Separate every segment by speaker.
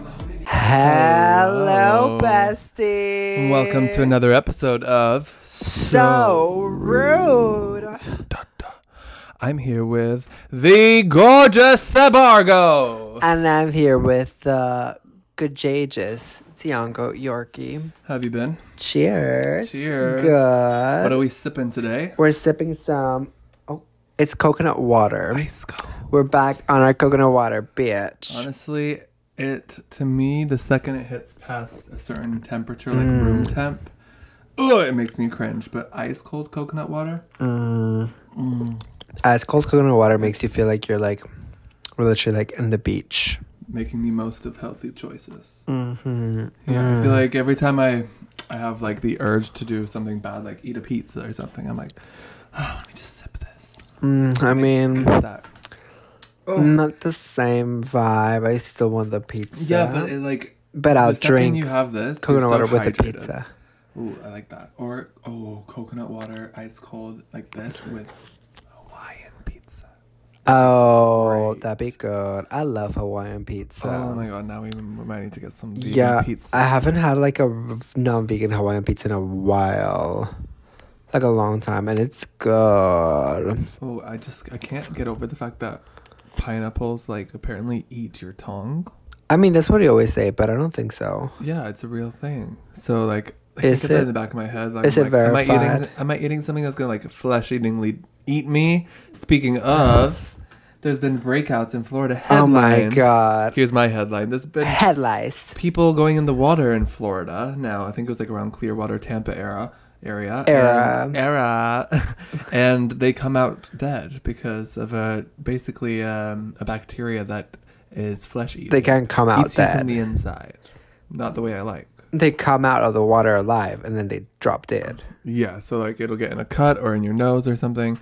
Speaker 1: Hello,
Speaker 2: Hello.
Speaker 1: bestie.
Speaker 2: Welcome to another episode of
Speaker 1: So rude.
Speaker 2: I'm here with the gorgeous Sebargo.
Speaker 1: And I'm here with uh, Gajages Tiango Yorkie.
Speaker 2: How have you been?
Speaker 1: Cheers.
Speaker 2: Cheers.
Speaker 1: Good.
Speaker 2: What are we sipping today?
Speaker 1: We're sipping some. Oh, it's coconut water.
Speaker 2: Ice cold.
Speaker 1: We're back on our coconut water, bitch.
Speaker 2: Honestly, it to me the second it hits past a certain temperature, like room
Speaker 1: Mm.
Speaker 2: temp, oh, it makes me cringe. But ice cold coconut water,
Speaker 1: Mm. As cold coconut water makes you feel like you're like, we're literally like in the beach.
Speaker 2: making the most of healthy choices.
Speaker 1: Mm-hmm.
Speaker 2: Yeah, Mm-hmm. I feel like every time I, I have like the urge to do something bad, like eat a pizza or something, I'm like, oh, let me just sip this.
Speaker 1: Mm, I mean,
Speaker 2: Cut that. Oh.
Speaker 1: not the same vibe. I still want the pizza.
Speaker 2: Yeah, but it like
Speaker 1: But
Speaker 2: the
Speaker 1: I'll
Speaker 2: second
Speaker 1: drink
Speaker 2: you have this you're
Speaker 1: coconut
Speaker 2: so
Speaker 1: water with a
Speaker 2: hydrated.
Speaker 1: pizza.
Speaker 2: Ooh, I like that. Or oh, coconut water, ice cold, like this with Hawaiian pizza.
Speaker 1: Oh,
Speaker 2: Right.
Speaker 1: that'd be good. I love Hawaiian pizza.
Speaker 2: oh my god, now we we might need to get some vegan
Speaker 1: yeah,
Speaker 2: pizza.
Speaker 1: I haven't had like a non-vegan Hawaiian pizza in a while, like a long time, and it's good.
Speaker 2: oh, I just I can't get over the fact that pineapples like apparently eat your tongue.
Speaker 1: I mean, that's what you always say, but I don't think so.
Speaker 2: Yeah, it's a real thing. So like I can
Speaker 1: Is
Speaker 2: get that
Speaker 1: it-
Speaker 2: in the back of my head. Like,
Speaker 1: is
Speaker 2: I'm
Speaker 1: it
Speaker 2: like, Am I,
Speaker 1: verified?
Speaker 2: eating, am I eating something that's gonna like flesh eatingly eat me? Speaking of, there's been breakouts in Florida
Speaker 1: Oh my
Speaker 2: headlines.
Speaker 1: God.
Speaker 2: Here's my headline. There's been
Speaker 1: Head lice.
Speaker 2: people going in the water in Florida now. I think it was like around Clearwater, Tampa era area
Speaker 1: Era.
Speaker 2: and, era, and they come out dead because of a basically um, a bacteria that is flesh eating.
Speaker 1: They can't come out
Speaker 2: eats you from
Speaker 1: dead.
Speaker 2: the inside, not the way I like.
Speaker 1: They come out of the water alive, and then they drop dead.
Speaker 2: Yeah, so like it'll get in a cut or in your nose or something,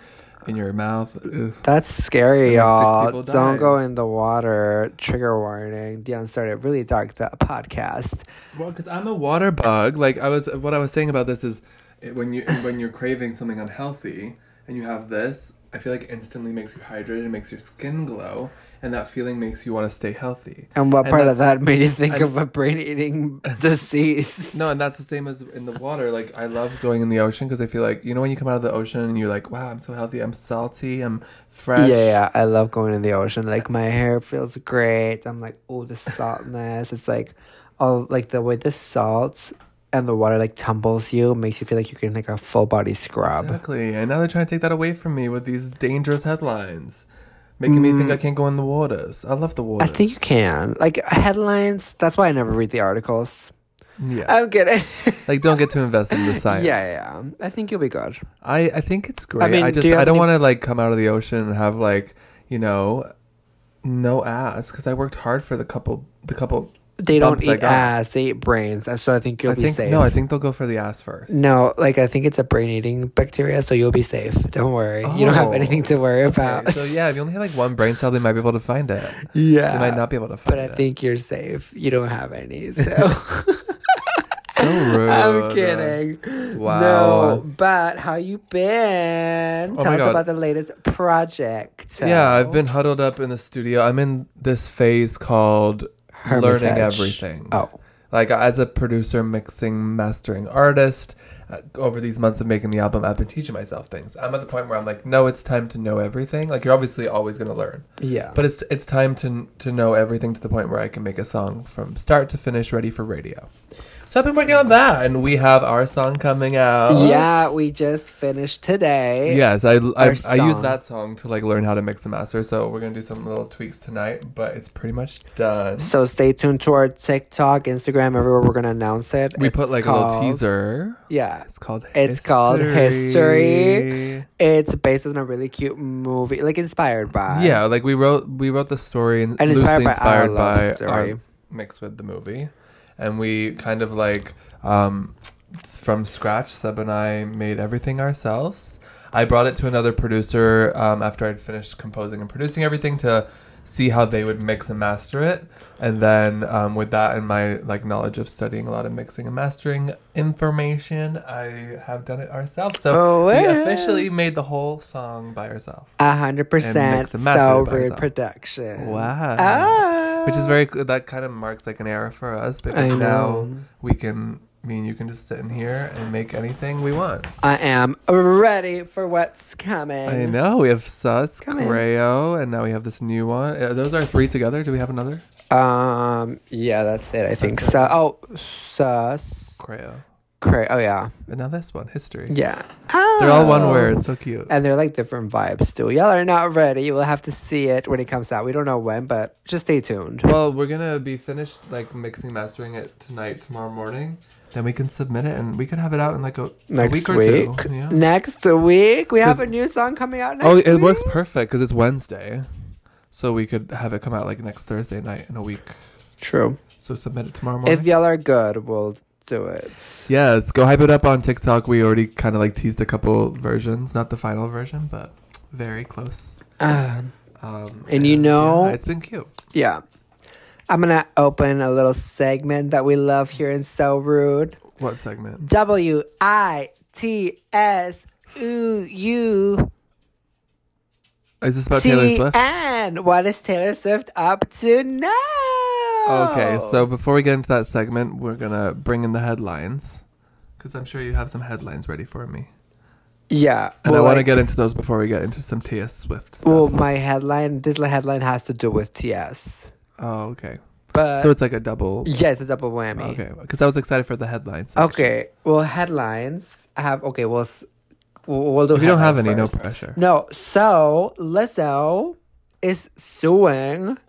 Speaker 2: in your mouth. Ugh.
Speaker 1: That's scary,
Speaker 2: And like six
Speaker 1: y'all.
Speaker 2: people
Speaker 1: Don't
Speaker 2: died.
Speaker 1: go in the water. Trigger warning. Dion started really dark the podcast.
Speaker 2: Well, because I'm a water bug. Like I was, what I was saying about this is, it, when you when you're craving something unhealthy and you have this, I feel like it instantly makes you hydrated, it makes your skin glow, and that feeling makes you want to stay healthy.
Speaker 1: And what
Speaker 2: And
Speaker 1: part of
Speaker 2: that's-
Speaker 1: that made you think
Speaker 2: and-
Speaker 1: of a brain eating disease?
Speaker 2: No, and that's the same as in the water. Like I love going in the ocean because I feel like you know when you come out of the ocean and you're like, wow, I'm so healthy, I'm salty, I'm fresh.
Speaker 1: Yeah, yeah, I love going in the ocean. Like my hair feels great. I'm like, oh, the saltness. It's like, all like the way the salt and the water like tumbles you makes you feel like you're getting like a full body scrub.
Speaker 2: Exactly. And now they're trying to take that away from me with these dangerous headlines, making me think I can't go in the waters. I love the
Speaker 1: Mm. I
Speaker 2: waters.
Speaker 1: think you can like headlines. That's why I never read the articles.
Speaker 2: Yeah.
Speaker 1: I'm kidding.
Speaker 2: like, don't get too invested in the
Speaker 1: yeah,
Speaker 2: science.
Speaker 1: yeah. I think you'll be good.
Speaker 2: I, I think it's great. I,
Speaker 1: mean, do
Speaker 2: just
Speaker 1: you have
Speaker 2: I don't
Speaker 1: any-
Speaker 2: want to like come out of the ocean and have like you know, no ass because I worked hard for the couple the couple.
Speaker 1: They don't
Speaker 2: bumps I
Speaker 1: eat
Speaker 2: got.
Speaker 1: ass. They eat brains. And So I think you'll
Speaker 2: I
Speaker 1: be
Speaker 2: think
Speaker 1: safe.
Speaker 2: no, I think they'll go for the ass first.
Speaker 1: No, like I think it's a brain eating bacteria, so you'll be safe. Don't worry. You don't have
Speaker 2: Oh.
Speaker 1: anything to worry about.
Speaker 2: Okay, so yeah, if you only have like one brain cell, they might be able to find it. They
Speaker 1: yeah.
Speaker 2: might not be able to find
Speaker 1: Uh, but I
Speaker 2: it.
Speaker 1: think you're safe. You don't have any, so
Speaker 2: so rude.
Speaker 1: I'm kidding.
Speaker 2: Wow.
Speaker 1: No, but how you been?
Speaker 2: Oh
Speaker 1: Tell
Speaker 2: my
Speaker 1: us
Speaker 2: God.
Speaker 1: about the latest project.
Speaker 2: Yeah, I've been huddled up in the studio. I'm in this phase called
Speaker 1: Hermitage.
Speaker 2: learning everything.
Speaker 1: Oh.
Speaker 2: Like uh, as a producer, mixing, mastering artist, uh, over these months of making the album, I've been teaching myself things. I'm at the point where I'm like, no, it's time to know everything. Like you're obviously always going to learn,
Speaker 1: Yeah.
Speaker 2: but it's it's time to to know everything to the point where I can make a song from start to finish, ready for radio. So I've been working on that, and we have our song coming out.
Speaker 1: yeah, we just finished today.
Speaker 2: Yes, I I, I use
Speaker 1: song.
Speaker 2: that song to like learn how to mix and master. So we're gonna do some little tweaks tonight, but it's pretty much done.
Speaker 1: So stay tuned to our TikTok, Instagram, everywhere we're gonna announce it.
Speaker 2: We
Speaker 1: It's
Speaker 2: put like a
Speaker 1: called-
Speaker 2: little teaser.
Speaker 1: Yeah.
Speaker 2: It's called.
Speaker 1: It's called History. It's based on a really cute movie, like inspired by.
Speaker 2: Yeah, like we wrote we wrote the story and,
Speaker 1: And
Speaker 2: loosely
Speaker 1: inspired by our
Speaker 2: inspired
Speaker 1: love
Speaker 2: by,
Speaker 1: story.
Speaker 2: our mix with the movie, and we kind of like um, from scratch. Seb and I made everything ourselves. I brought it to another producer um, after I'd finished composing and producing everything to see how they would mix and master it, and then um, with that and my like knowledge of studying a lot of mixing and mastering information, I have done it ourselves. So
Speaker 1: Oh,
Speaker 2: we
Speaker 1: wow.
Speaker 2: officially made the whole song by ourselves.
Speaker 1: A hundred
Speaker 2: And
Speaker 1: percent.
Speaker 2: mix and master
Speaker 1: So
Speaker 2: by
Speaker 1: rude
Speaker 2: yourself.
Speaker 1: production.
Speaker 2: Wow.
Speaker 1: Ah.
Speaker 2: which is very good. That kind of marks like an era for us because now we can. I mean, you can just sit in here and make anything we want.
Speaker 1: I am ready for what's coming.
Speaker 2: I know we have Sus,
Speaker 1: Come in.
Speaker 2: Creo, and now we have this new one. Uh, those are three together. Do we have another?
Speaker 1: Um, yeah, that's it. I think
Speaker 2: That's
Speaker 1: so. Oh, sus.
Speaker 2: Creo,
Speaker 1: Cra- oh yeah,
Speaker 2: and now this one, history.
Speaker 1: yeah.
Speaker 2: They're all one
Speaker 1: Oh.
Speaker 2: word. So cute.
Speaker 1: and they're like different vibes too. Y'all are not ready. You will have to see it when it comes out. We don't know when, but just stay tuned.
Speaker 2: Well, we're gonna be finished like mixing, mastering it tonight, tomorrow morning. Then we can submit it, and we could have it out in like a, a
Speaker 1: Next
Speaker 2: week or
Speaker 1: week.
Speaker 2: two. Yeah.
Speaker 1: Next week, we have
Speaker 2: 'Cause-
Speaker 1: a new song coming out. Next
Speaker 2: Oh, it
Speaker 1: week.
Speaker 2: works perfect because it's Wednesday, so we could have it come out like next Thursday night in a week.
Speaker 1: True.
Speaker 2: So submit it tomorrow morning.
Speaker 1: If y'all are good, we'll do it.
Speaker 2: yes, go hype it up on TikTok. We already kind of like teased a couple versions, not the final version, but very close.
Speaker 1: Um,
Speaker 2: Um,
Speaker 1: And you know-
Speaker 2: yeah, it's been cute.
Speaker 1: yeah. I'm gonna open a little segment that we love here in So Rude.
Speaker 2: What segment?
Speaker 1: W I T S U U
Speaker 2: Is this about Taylor
Speaker 1: T
Speaker 2: Swift?
Speaker 1: N. What is Taylor Swift up to now?
Speaker 2: Okay, so before we get into that segment, we're gonna bring in the headlines because I'm sure you have some headlines ready for me,
Speaker 1: yeah,
Speaker 2: and I
Speaker 1: well,
Speaker 2: want to
Speaker 1: like-
Speaker 2: get into those before we get into some T.S. Swift. Stuff.
Speaker 1: Well, my headline, this little headline has to do with TS.
Speaker 2: oh, okay.
Speaker 1: But
Speaker 2: so it's like a double.
Speaker 1: yeah, it's a double whammy.
Speaker 2: Okay, because I was excited for the headlines.
Speaker 1: Okay, Well, headlines have okay. We'll s- we'll, we'll do.
Speaker 2: if you don't have any,
Speaker 1: headlines
Speaker 2: no
Speaker 1: first.
Speaker 2: pressure.
Speaker 1: No. So Lizzo is suing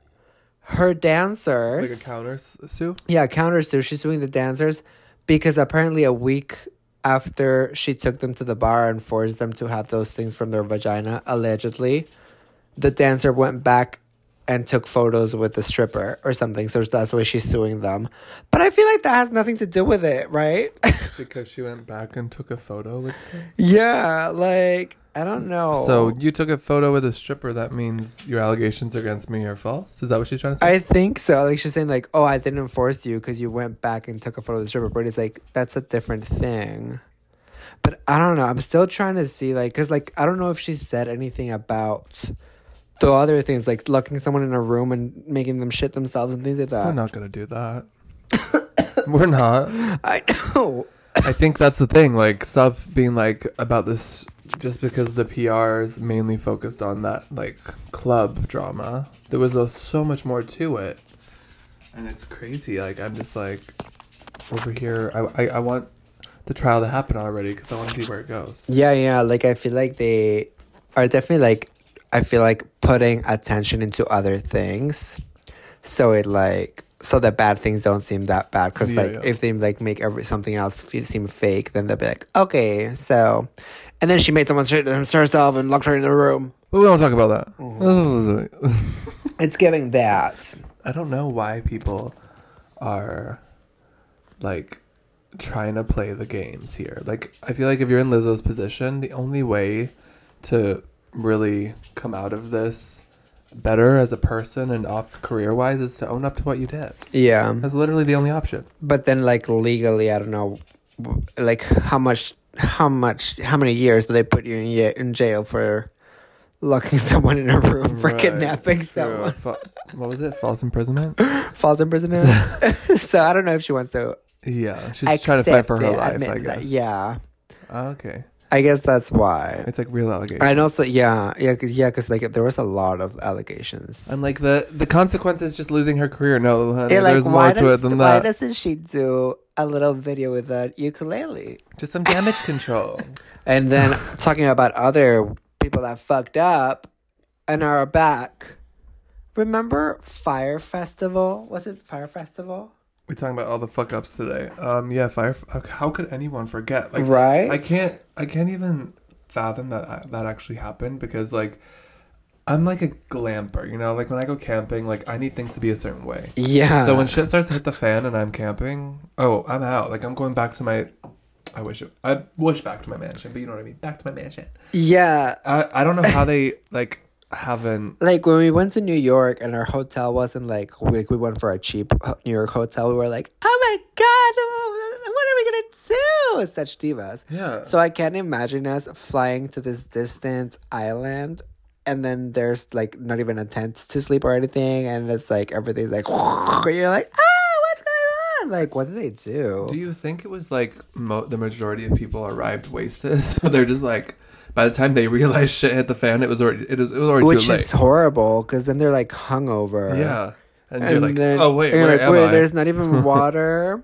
Speaker 1: her dancers.
Speaker 2: Like a counter s- sue.
Speaker 1: yeah, counter sue. She's suing the dancers because apparently a week after she took them to the bar and forced them to have those things from their vagina, allegedly, the dancer went back and took photos with the stripper or something. So that's why she's suing them. But I feel like that has nothing to do with it, right?
Speaker 2: Because she went back and took a photo with. Them.
Speaker 1: yeah, like I don't know.
Speaker 2: So you took a photo with a stripper. That means your allegations against me are false. Is that what she's trying to say?
Speaker 1: I think so. Like she's saying, like, oh, I didn't force you because you went back and took a photo of the stripper. But it's like that's a different thing. But I don't know. I'm still trying to see, like, because like I don't know if she said anything about the other things, like locking someone in a room and making them shit themselves and things like
Speaker 2: we're
Speaker 1: that.
Speaker 2: not gonna do that. we're not.
Speaker 1: I know.
Speaker 2: I think that's the thing. Like stop being like about this just because the PR is mainly focused on that like club drama. There was a, so much more to it, and it's crazy. Like I'm just like over here. I I, I want the trial to happen already because I want to see where it goes.
Speaker 1: Yeah, yeah. Like I feel like they are definitely like I feel like putting attention into other things, so it like so that bad things don't seem that bad. Because
Speaker 2: Yeah,
Speaker 1: like
Speaker 2: yeah.
Speaker 1: if they like make every, something else feel, seem fake, then they'll be like, okay, so. And then she made someone shit herself and locked her in a room.
Speaker 2: But we don't talk about that.
Speaker 1: It's giving that.
Speaker 2: I don't know why people are like trying to play the games here. Like I feel like if you're in Lizzo's position, the only way to really come out of this better as a person and off career wise is to own up to what you did.
Speaker 1: Yeah.
Speaker 2: That's literally the only option.
Speaker 1: But then, like legally, I don't know, w- like how much, how much, how many years do they put you in, ye- in jail for locking someone in a room for kidnapping someone,
Speaker 2: Fa- what was it? False imprisonment?
Speaker 1: false imprisonment? so I don't know if she wants to.
Speaker 2: Yeah. She's trying to fight for her
Speaker 1: accept it,
Speaker 2: life,
Speaker 1: admit
Speaker 2: I
Speaker 1: that-
Speaker 2: guess. Ah,
Speaker 1: yeah,
Speaker 2: Okay.
Speaker 1: I guess that's why.
Speaker 2: It's like real allegations.
Speaker 1: And also, yeah, yeah, cause, yeah, cause like there was a lot of allegations.
Speaker 2: and like the the consequence is just losing her career. No, honey,
Speaker 1: They're like,
Speaker 2: there's more
Speaker 1: why,
Speaker 2: to it
Speaker 1: does,
Speaker 2: than
Speaker 1: why
Speaker 2: that.
Speaker 1: doesn't she do a little video with that ukulele?
Speaker 2: Just some damage control.
Speaker 1: And then talking about other people that fucked up and are back. Remember Fire Festival? Was it Fire Festival?
Speaker 2: We're talking about all the fuck ups today. Um, yeah, fire. How could anyone forget? Like,
Speaker 1: right?
Speaker 2: I can't. I can't even fathom that that actually happened because like. I'm like a glamper, you know. Like when I go camping, like I need things to be a certain way.
Speaker 1: Yeah.
Speaker 2: so when shit starts to hit the fan and I'm camping, oh, I'm out. Like I'm going back to my, I wish it, I wish back to my mansion, but you know what I mean. Back to my mansion.
Speaker 1: yeah.
Speaker 2: I I don't know how they like haven't
Speaker 1: Like when we went to New York and our hotel wasn't like like we went for a cheap ho- New York hotel, we were like, oh my god, oh, what are we gonna do? Such divas.
Speaker 2: Yeah.
Speaker 1: So I can't imagine us flying to this distant island and then there's like not even a tent to sleep or anything, and it's like everything's like you're like, oh, what's going on? Like, what do they do?
Speaker 2: Do you think it was like mo- the majority of people arrived wasted, so they're just like, by the time they realized shit hit the fan, it was already it was, it was already
Speaker 1: Which
Speaker 2: too late.
Speaker 1: is horrible because then they're like hungover.
Speaker 2: yeah, and,
Speaker 1: and
Speaker 2: you're like,
Speaker 1: then
Speaker 2: oh wait,
Speaker 1: and you're
Speaker 2: where
Speaker 1: like,
Speaker 2: am
Speaker 1: wait,
Speaker 2: I?
Speaker 1: there's not even water.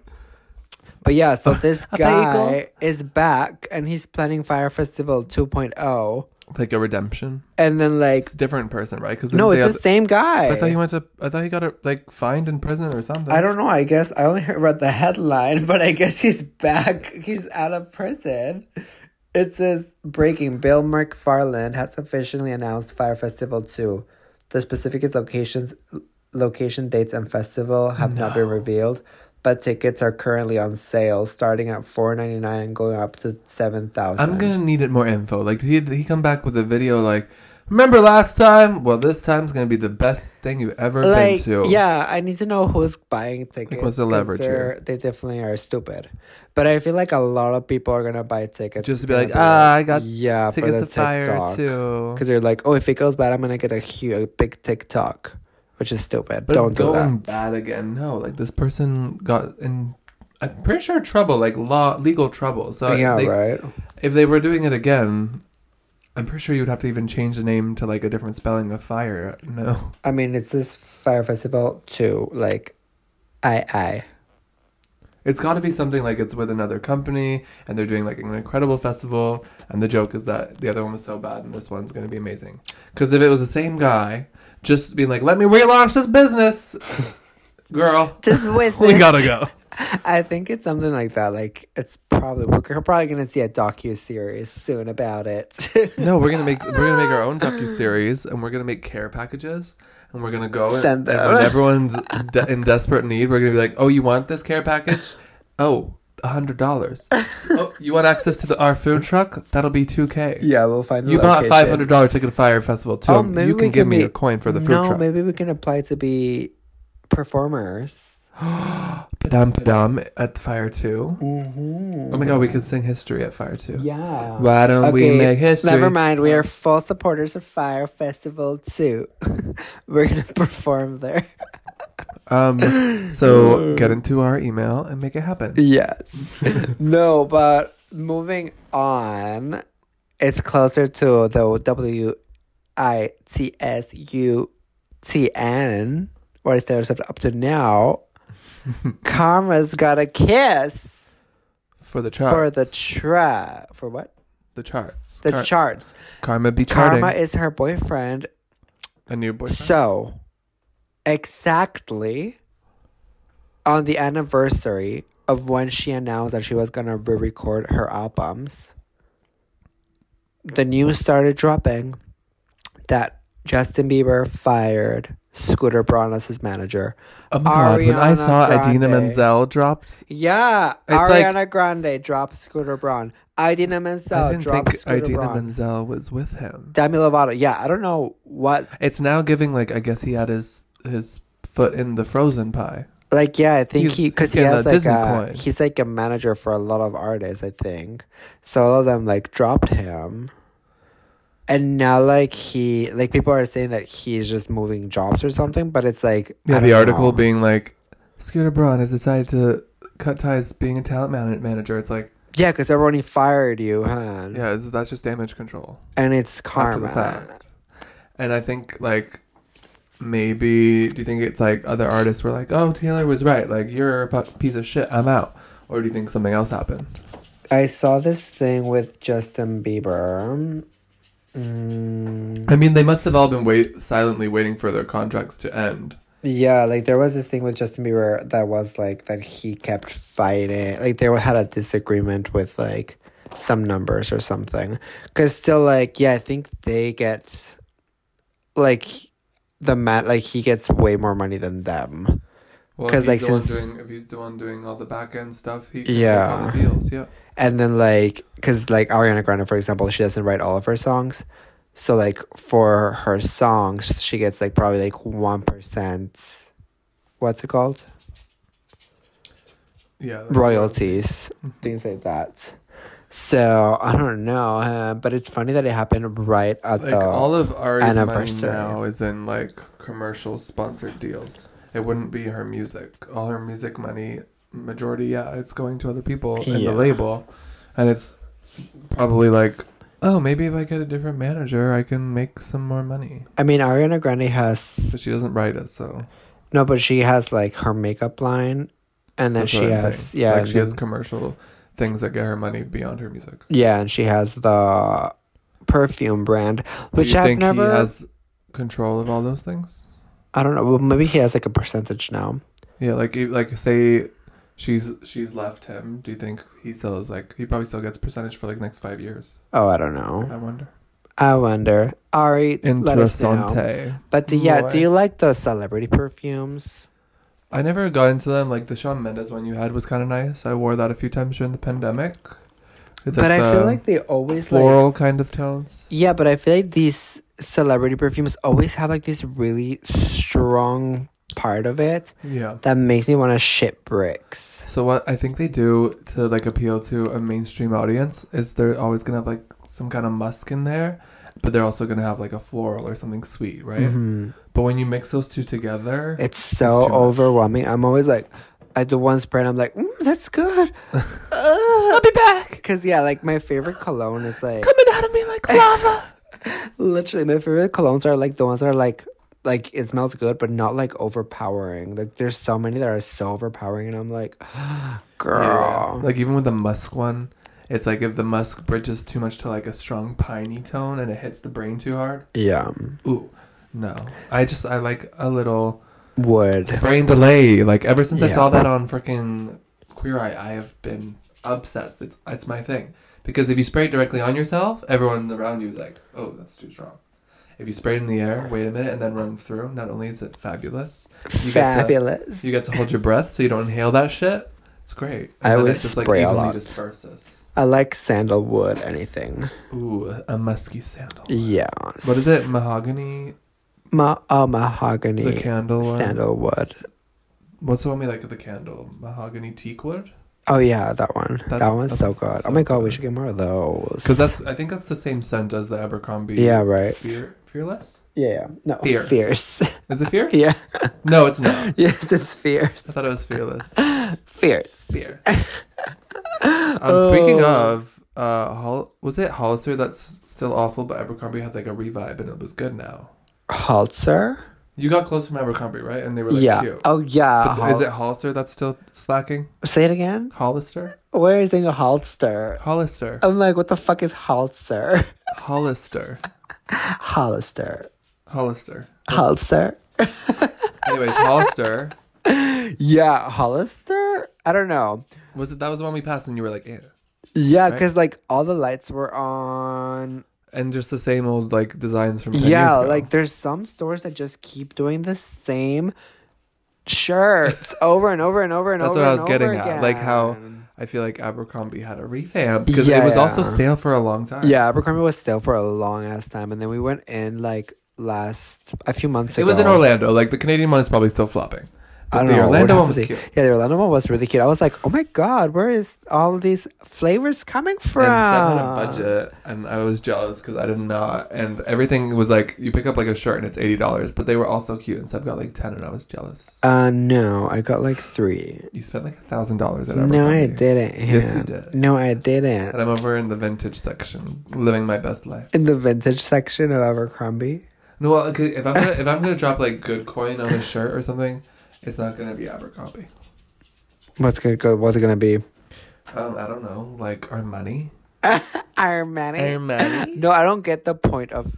Speaker 1: but yeah, so this
Speaker 2: A
Speaker 1: guy is back and he's planning Fire Festival 2.0,
Speaker 2: like a redemption.
Speaker 1: and then like
Speaker 2: It's a different person, right? Because
Speaker 1: no, it's the same guy.
Speaker 2: I thought he went to. I thought he got like fined in prison or something.
Speaker 1: I don't know. I guess I only heard about the headline, but I guess he's back. He's out of prison. It says breaking Bill McFarland has officially announced Fire Festival 2. The specific locations, location dates, and festival have not been revealed, but tickets are currently on sale, starting at four ninety nine and going up to seven
Speaker 2: I'm
Speaker 1: thousand.
Speaker 2: gonna need it more info. Like did he did he come back with a video like, remember last time? Well, this time's gonna be the best thing you ever
Speaker 1: Like,
Speaker 2: been to.
Speaker 1: yeah, I need to know who's buying tickets.
Speaker 2: what's the
Speaker 1: 'cause
Speaker 2: leverage
Speaker 1: they're- They definitely are stupid, but I feel like a lot of people are gonna buy tickets.
Speaker 2: Just to be
Speaker 1: They're
Speaker 2: like,
Speaker 1: gonna
Speaker 2: ah, I got
Speaker 1: Yeah, for
Speaker 2: tickets
Speaker 1: the
Speaker 2: to fire
Speaker 1: TikTok.
Speaker 2: too.
Speaker 1: Because they're like, oh, if it goes bad, I'm gonna get a huge, a big TikTok, which is stupid.
Speaker 2: But
Speaker 1: Don't do
Speaker 2: going
Speaker 1: that.
Speaker 2: bad again. No, like this person got in. I'm pretty sure trouble, like law, legal trouble. So
Speaker 1: yeah,
Speaker 2: they-
Speaker 1: right.
Speaker 2: if they were doing it again, I'm pretty sure you would have to even change the name to like a different spelling of fire. No,
Speaker 1: I mean, it's this fire festival too. Like, I, I.
Speaker 2: it's got to be something like it's with another company and they're doing like an incredible festival. And the joke is that the other one was so bad and this one's gonna be amazing. Because if it was the same guy, just being like, "Let me relaunch this business, girl."
Speaker 1: This business.
Speaker 2: We gotta go.
Speaker 1: I think it's something like that. Like, it's probably we're probably gonna see a docu series soon about it.
Speaker 2: No, we're gonna make we're gonna make our own docu series, and we're gonna make care packages, and we're gonna go and-
Speaker 1: Send
Speaker 2: and,
Speaker 1: them.
Speaker 2: when everyone's de- in desperate need, we're gonna be like, "Oh, you want this care package? Oh, a hundred dollars. Oh, you want access to the our food truck? That'll be two k.
Speaker 1: yeah, we'll find. the
Speaker 2: You bought a
Speaker 1: location.
Speaker 2: five hundred dollar ticket to Fire Festival too.
Speaker 1: Oh, maybe
Speaker 2: you
Speaker 1: we
Speaker 2: can give
Speaker 1: can
Speaker 2: me
Speaker 1: be-
Speaker 2: a coin for the food
Speaker 1: no,
Speaker 2: truck.
Speaker 1: maybe we can apply to be performers.
Speaker 2: Padam padam at the Fire too.
Speaker 1: Mm-hmm.
Speaker 2: Oh my god, we could sing history at Fire too.
Speaker 1: Yeah.
Speaker 2: Why don't we make history?
Speaker 1: Never mind. We are full supporters of Fire Festival too. We're gonna perform there.
Speaker 2: Um, so get into our email and make it happen.
Speaker 1: Yes. no, but moving on, it's closer to the W I T S U T N. What is there up to now? Karma's got a kiss
Speaker 2: For the charts.
Speaker 1: for the tra for what?
Speaker 2: the charts.
Speaker 1: The
Speaker 2: Chart-
Speaker 1: charts.
Speaker 2: Karma be charting.
Speaker 1: Karma is her boyfriend
Speaker 2: a new boyfriend.
Speaker 1: So, exactly on the anniversary of when she announced that she was going to re record her albums, the news started dropping that Justin Bieber fired Scooter Braun as his manager.
Speaker 2: oh my god, when I
Speaker 1: Ariana
Speaker 2: saw Adina
Speaker 1: Grande.
Speaker 2: Menzel dropped,
Speaker 1: Yeah,
Speaker 2: like-
Speaker 1: Ariana Grande dropped Scooter Braun. Idina
Speaker 2: I
Speaker 1: Menzel
Speaker 2: didn't
Speaker 1: dropped
Speaker 2: think
Speaker 1: Scooter
Speaker 2: Idina
Speaker 1: Braun.
Speaker 2: Menzel was with him.
Speaker 1: Demi Lovato. Yeah, I don't know what.
Speaker 2: It's now giving like I guess he had his his foot in the frozen pie.
Speaker 1: Like yeah, I think
Speaker 2: He's-
Speaker 1: he because
Speaker 2: he's
Speaker 1: he
Speaker 2: getting
Speaker 1: has
Speaker 2: a
Speaker 1: like
Speaker 2: Disney
Speaker 1: a
Speaker 2: coin.
Speaker 1: he's like a manager for a lot of artists. I think so. All of them like dropped him, and now like he like people are saying that he's just moving jobs or something. But it's like I
Speaker 2: Yeah, the
Speaker 1: don't
Speaker 2: article
Speaker 1: know.
Speaker 2: being like Scooter Braun has decided to cut ties being a talent man- manager. It's like
Speaker 1: yeah, because everyone he fired you, huh?
Speaker 2: yeah, it's- that's just damage control
Speaker 1: And it's
Speaker 2: after the
Speaker 1: karma.
Speaker 2: fact. And I think like maybe do you think it's like other artists were like, oh Taylor was right, like you're a pu- piece of shit, I'm out, or do you think something else happened?
Speaker 1: I saw this thing with Justin Bieber. Mm,
Speaker 2: I mean, they must have all been wait silently waiting for their contracts to end.
Speaker 1: yeah, like there was this thing with Justin Bieber that was like that he kept fighting. Like they had a disagreement with like some numbers or something. Cause still like yeah, I think they get like the mat like he gets way more money than them.
Speaker 2: Well, because
Speaker 1: 'Cause, like,
Speaker 2: like the one
Speaker 1: since-
Speaker 2: doing, if he's the one doing all the back end stuff, he can yeah
Speaker 1: Yeah.
Speaker 2: all the deals. Yeah,
Speaker 1: And then like, cause like Ariana Grande, for example, she doesn't write all of her songs, so like for her songs, she gets like probably like one percent. What's it called?
Speaker 2: yeah.
Speaker 1: Royalties, things like that. So I don't know, uh, but it's funny that it happened right at
Speaker 2: Like
Speaker 1: the.
Speaker 2: all of Ari's money
Speaker 1: anniversary.
Speaker 2: now is in like commercial sponsored deals. It wouldn't be her music. All her music money, majority, yeah, it's going to other people in
Speaker 1: Yeah.
Speaker 2: the label, and it's probably like, oh, maybe if I get a different manager, I can make some more money.
Speaker 1: I mean, Ariana Grande has
Speaker 2: But she doesn't write it, so
Speaker 1: no, but she has like her makeup line, and then
Speaker 2: that's
Speaker 1: she
Speaker 2: what I'm
Speaker 1: has
Speaker 2: saying.
Speaker 1: yeah,
Speaker 2: like
Speaker 1: and
Speaker 2: she has
Speaker 1: then-
Speaker 2: commercial things that get her money beyond her music.
Speaker 1: yeah, and she has the perfume brand,
Speaker 2: Do
Speaker 1: which
Speaker 2: you
Speaker 1: I've
Speaker 2: think
Speaker 1: never.
Speaker 2: he has control of all those things?
Speaker 1: I don't know. Well, maybe he has like a percentage now.
Speaker 2: Yeah, like if- like say she's she's left him. Do you think he still is like he probably still gets percentage for like next five years?
Speaker 1: Oh, I don't know.
Speaker 2: I wonder.
Speaker 1: I wonder. Ari, let us know.
Speaker 2: Interessante.
Speaker 1: But do- yeah, do
Speaker 2: Right.
Speaker 1: you like the celebrity perfumes?
Speaker 2: I never got into them. Like the Shawn Mendes one you had was kind of nice. I wore that a few times during the pandemic. It's
Speaker 1: but
Speaker 2: like
Speaker 1: I feel
Speaker 2: the
Speaker 1: like they always like
Speaker 2: floral kind of tones.
Speaker 1: yeah, but I feel like these celebrity perfumes always have like this really strong part of it
Speaker 2: Yeah.
Speaker 1: that makes me want to shit bricks.
Speaker 2: So what I think they do to like appeal to a mainstream audience is they're always gonna have like some kind of musk in there, but they're also gonna have like a floral or something sweet, right?
Speaker 1: Mhm.
Speaker 2: But when you mix those two together,
Speaker 1: It's so
Speaker 2: too much.
Speaker 1: overwhelming. I'm always like, I do one spray and I'm like, mm, that's good. I'll be back. Cause yeah, like my favorite cologne is like
Speaker 2: coming out of me like lava.
Speaker 1: literally my favorite colognes are like the ones that are like like it smells good but not like overpowering. Like there's so many that are so overpowering and I'm like, girl.
Speaker 2: Like even with the musk one, it's like if the musk bridges too much to like a strong piney tone and it hits the brain too hard.
Speaker 1: Yeah.
Speaker 2: Ooh, no. I just I like a little
Speaker 1: Would.
Speaker 2: brain delay. Like ever since I
Speaker 1: Yeah.
Speaker 2: saw that on freaking Queer Eye, I have been obsessed. It's it's my thing because if you spray it directly on yourself, everyone around you is like, oh, that's too strong. If you spray it in the air, wait a minute, and then run through, not only is it fabulous, you get to-
Speaker 1: Fabulous.
Speaker 2: You get to hold your breath so you don't inhale that shit. It's great.
Speaker 1: I
Speaker 2: then
Speaker 1: always
Speaker 2: it
Speaker 1: spray a
Speaker 2: evenly
Speaker 1: lot.
Speaker 2: disperses.
Speaker 1: I like sandalwood, anything.
Speaker 2: Ooh, a musky sandal.
Speaker 1: Yeah.
Speaker 2: What is it? Mahogany?
Speaker 1: Ma- oh,
Speaker 2: The
Speaker 1: mahogany.
Speaker 2: candle one?
Speaker 1: Sandalwood.
Speaker 2: What's the one we like with the candle? Mahogany teak wood?
Speaker 1: Oh, yeah, that one.
Speaker 2: That-
Speaker 1: that one's
Speaker 2: that's
Speaker 1: so good.
Speaker 2: so
Speaker 1: oh, my God, we
Speaker 2: good.
Speaker 1: should get more of those.
Speaker 2: Because that's I think that's the same scent as the Abercrombie.
Speaker 1: Yeah, right.
Speaker 2: Fear, fearless?
Speaker 1: Yeah, yeah. No,
Speaker 2: Fierce.
Speaker 1: fierce.
Speaker 2: Is it fierce?
Speaker 1: yeah.
Speaker 2: No, it's not.
Speaker 1: Yes, it's fierce.
Speaker 2: I thought it was fearless.
Speaker 1: Fierce.
Speaker 2: Fear. um, Speaking
Speaker 1: Oh.
Speaker 2: of, uh, Hol- was it Hollister that's still awful, but Abercrombie had like a revive and it was good now.
Speaker 1: Halter?
Speaker 2: You got close from Abercrombie, right? And they were like
Speaker 1: yeah.
Speaker 2: cute.
Speaker 1: Oh, yeah.
Speaker 2: But is
Speaker 1: Hol-
Speaker 2: it Hollister that's still slacking?
Speaker 1: Say it again.
Speaker 2: Hollister?
Speaker 1: Where is the Halster?
Speaker 2: Hollister.
Speaker 1: I'm like, what the fuck is Halster?
Speaker 2: Hollister.
Speaker 1: Hollister.
Speaker 2: Hollister.
Speaker 1: Hollister?
Speaker 2: Anyways, Hollister.
Speaker 1: Yeah, Hollister? I don't know.
Speaker 2: Was it that was the one we passed and you were like, eh.
Speaker 1: Yeah,
Speaker 2: right?
Speaker 1: because like all the lights were on.
Speaker 2: And just the same old like designs from 10
Speaker 1: yeah,
Speaker 2: years ago.
Speaker 1: like there's some stores that just keep doing the same shirts over and over and over and
Speaker 2: That's
Speaker 1: over.
Speaker 2: what I was
Speaker 1: and
Speaker 2: getting
Speaker 1: over
Speaker 2: at. Like how
Speaker 1: again.
Speaker 2: I feel like Abercrombie had a revamp because it
Speaker 1: Yeah,
Speaker 2: was also
Speaker 1: yeah.
Speaker 2: stale for a long time.
Speaker 1: Yeah, Abercrombie was stale for a long ass time, and then we went in like last a few months
Speaker 2: It
Speaker 1: ago.
Speaker 2: was in Orlando. Like the Canadian one is probably still flopping.
Speaker 1: I don't
Speaker 2: the
Speaker 1: know.
Speaker 2: Orlando
Speaker 1: Orlando
Speaker 2: one was cute.
Speaker 1: Yeah, the Orlando one was really cute. I was like, oh my god, where is all these flavors coming from?
Speaker 2: And Seth had a budget, and I was jealous because I did not. And everything was like, you pick up like a shirt and it's eighty dollars, but they were all so cute, and Seb got like ten, and I was jealous.
Speaker 1: Uh, no, I got like three.
Speaker 2: you spent like a thousand dollars at
Speaker 1: No, I
Speaker 2: Abercrombie.
Speaker 1: didn't.
Speaker 2: Yes, you
Speaker 1: Han.
Speaker 2: did.
Speaker 1: No, I didn't.
Speaker 2: And I'm over in the vintage section, living my best life.
Speaker 1: In the vintage section of Abercrombie.
Speaker 2: No, well, 'cause if I'm gonna, if I'm gonna drop like good coin on a shirt or something, it's not gonna be Abercrombie.
Speaker 1: What's gonna go? What's it gonna be?
Speaker 2: Um, I don't know, like our money.
Speaker 1: Armani.
Speaker 2: money.
Speaker 1: No, I don't get the point of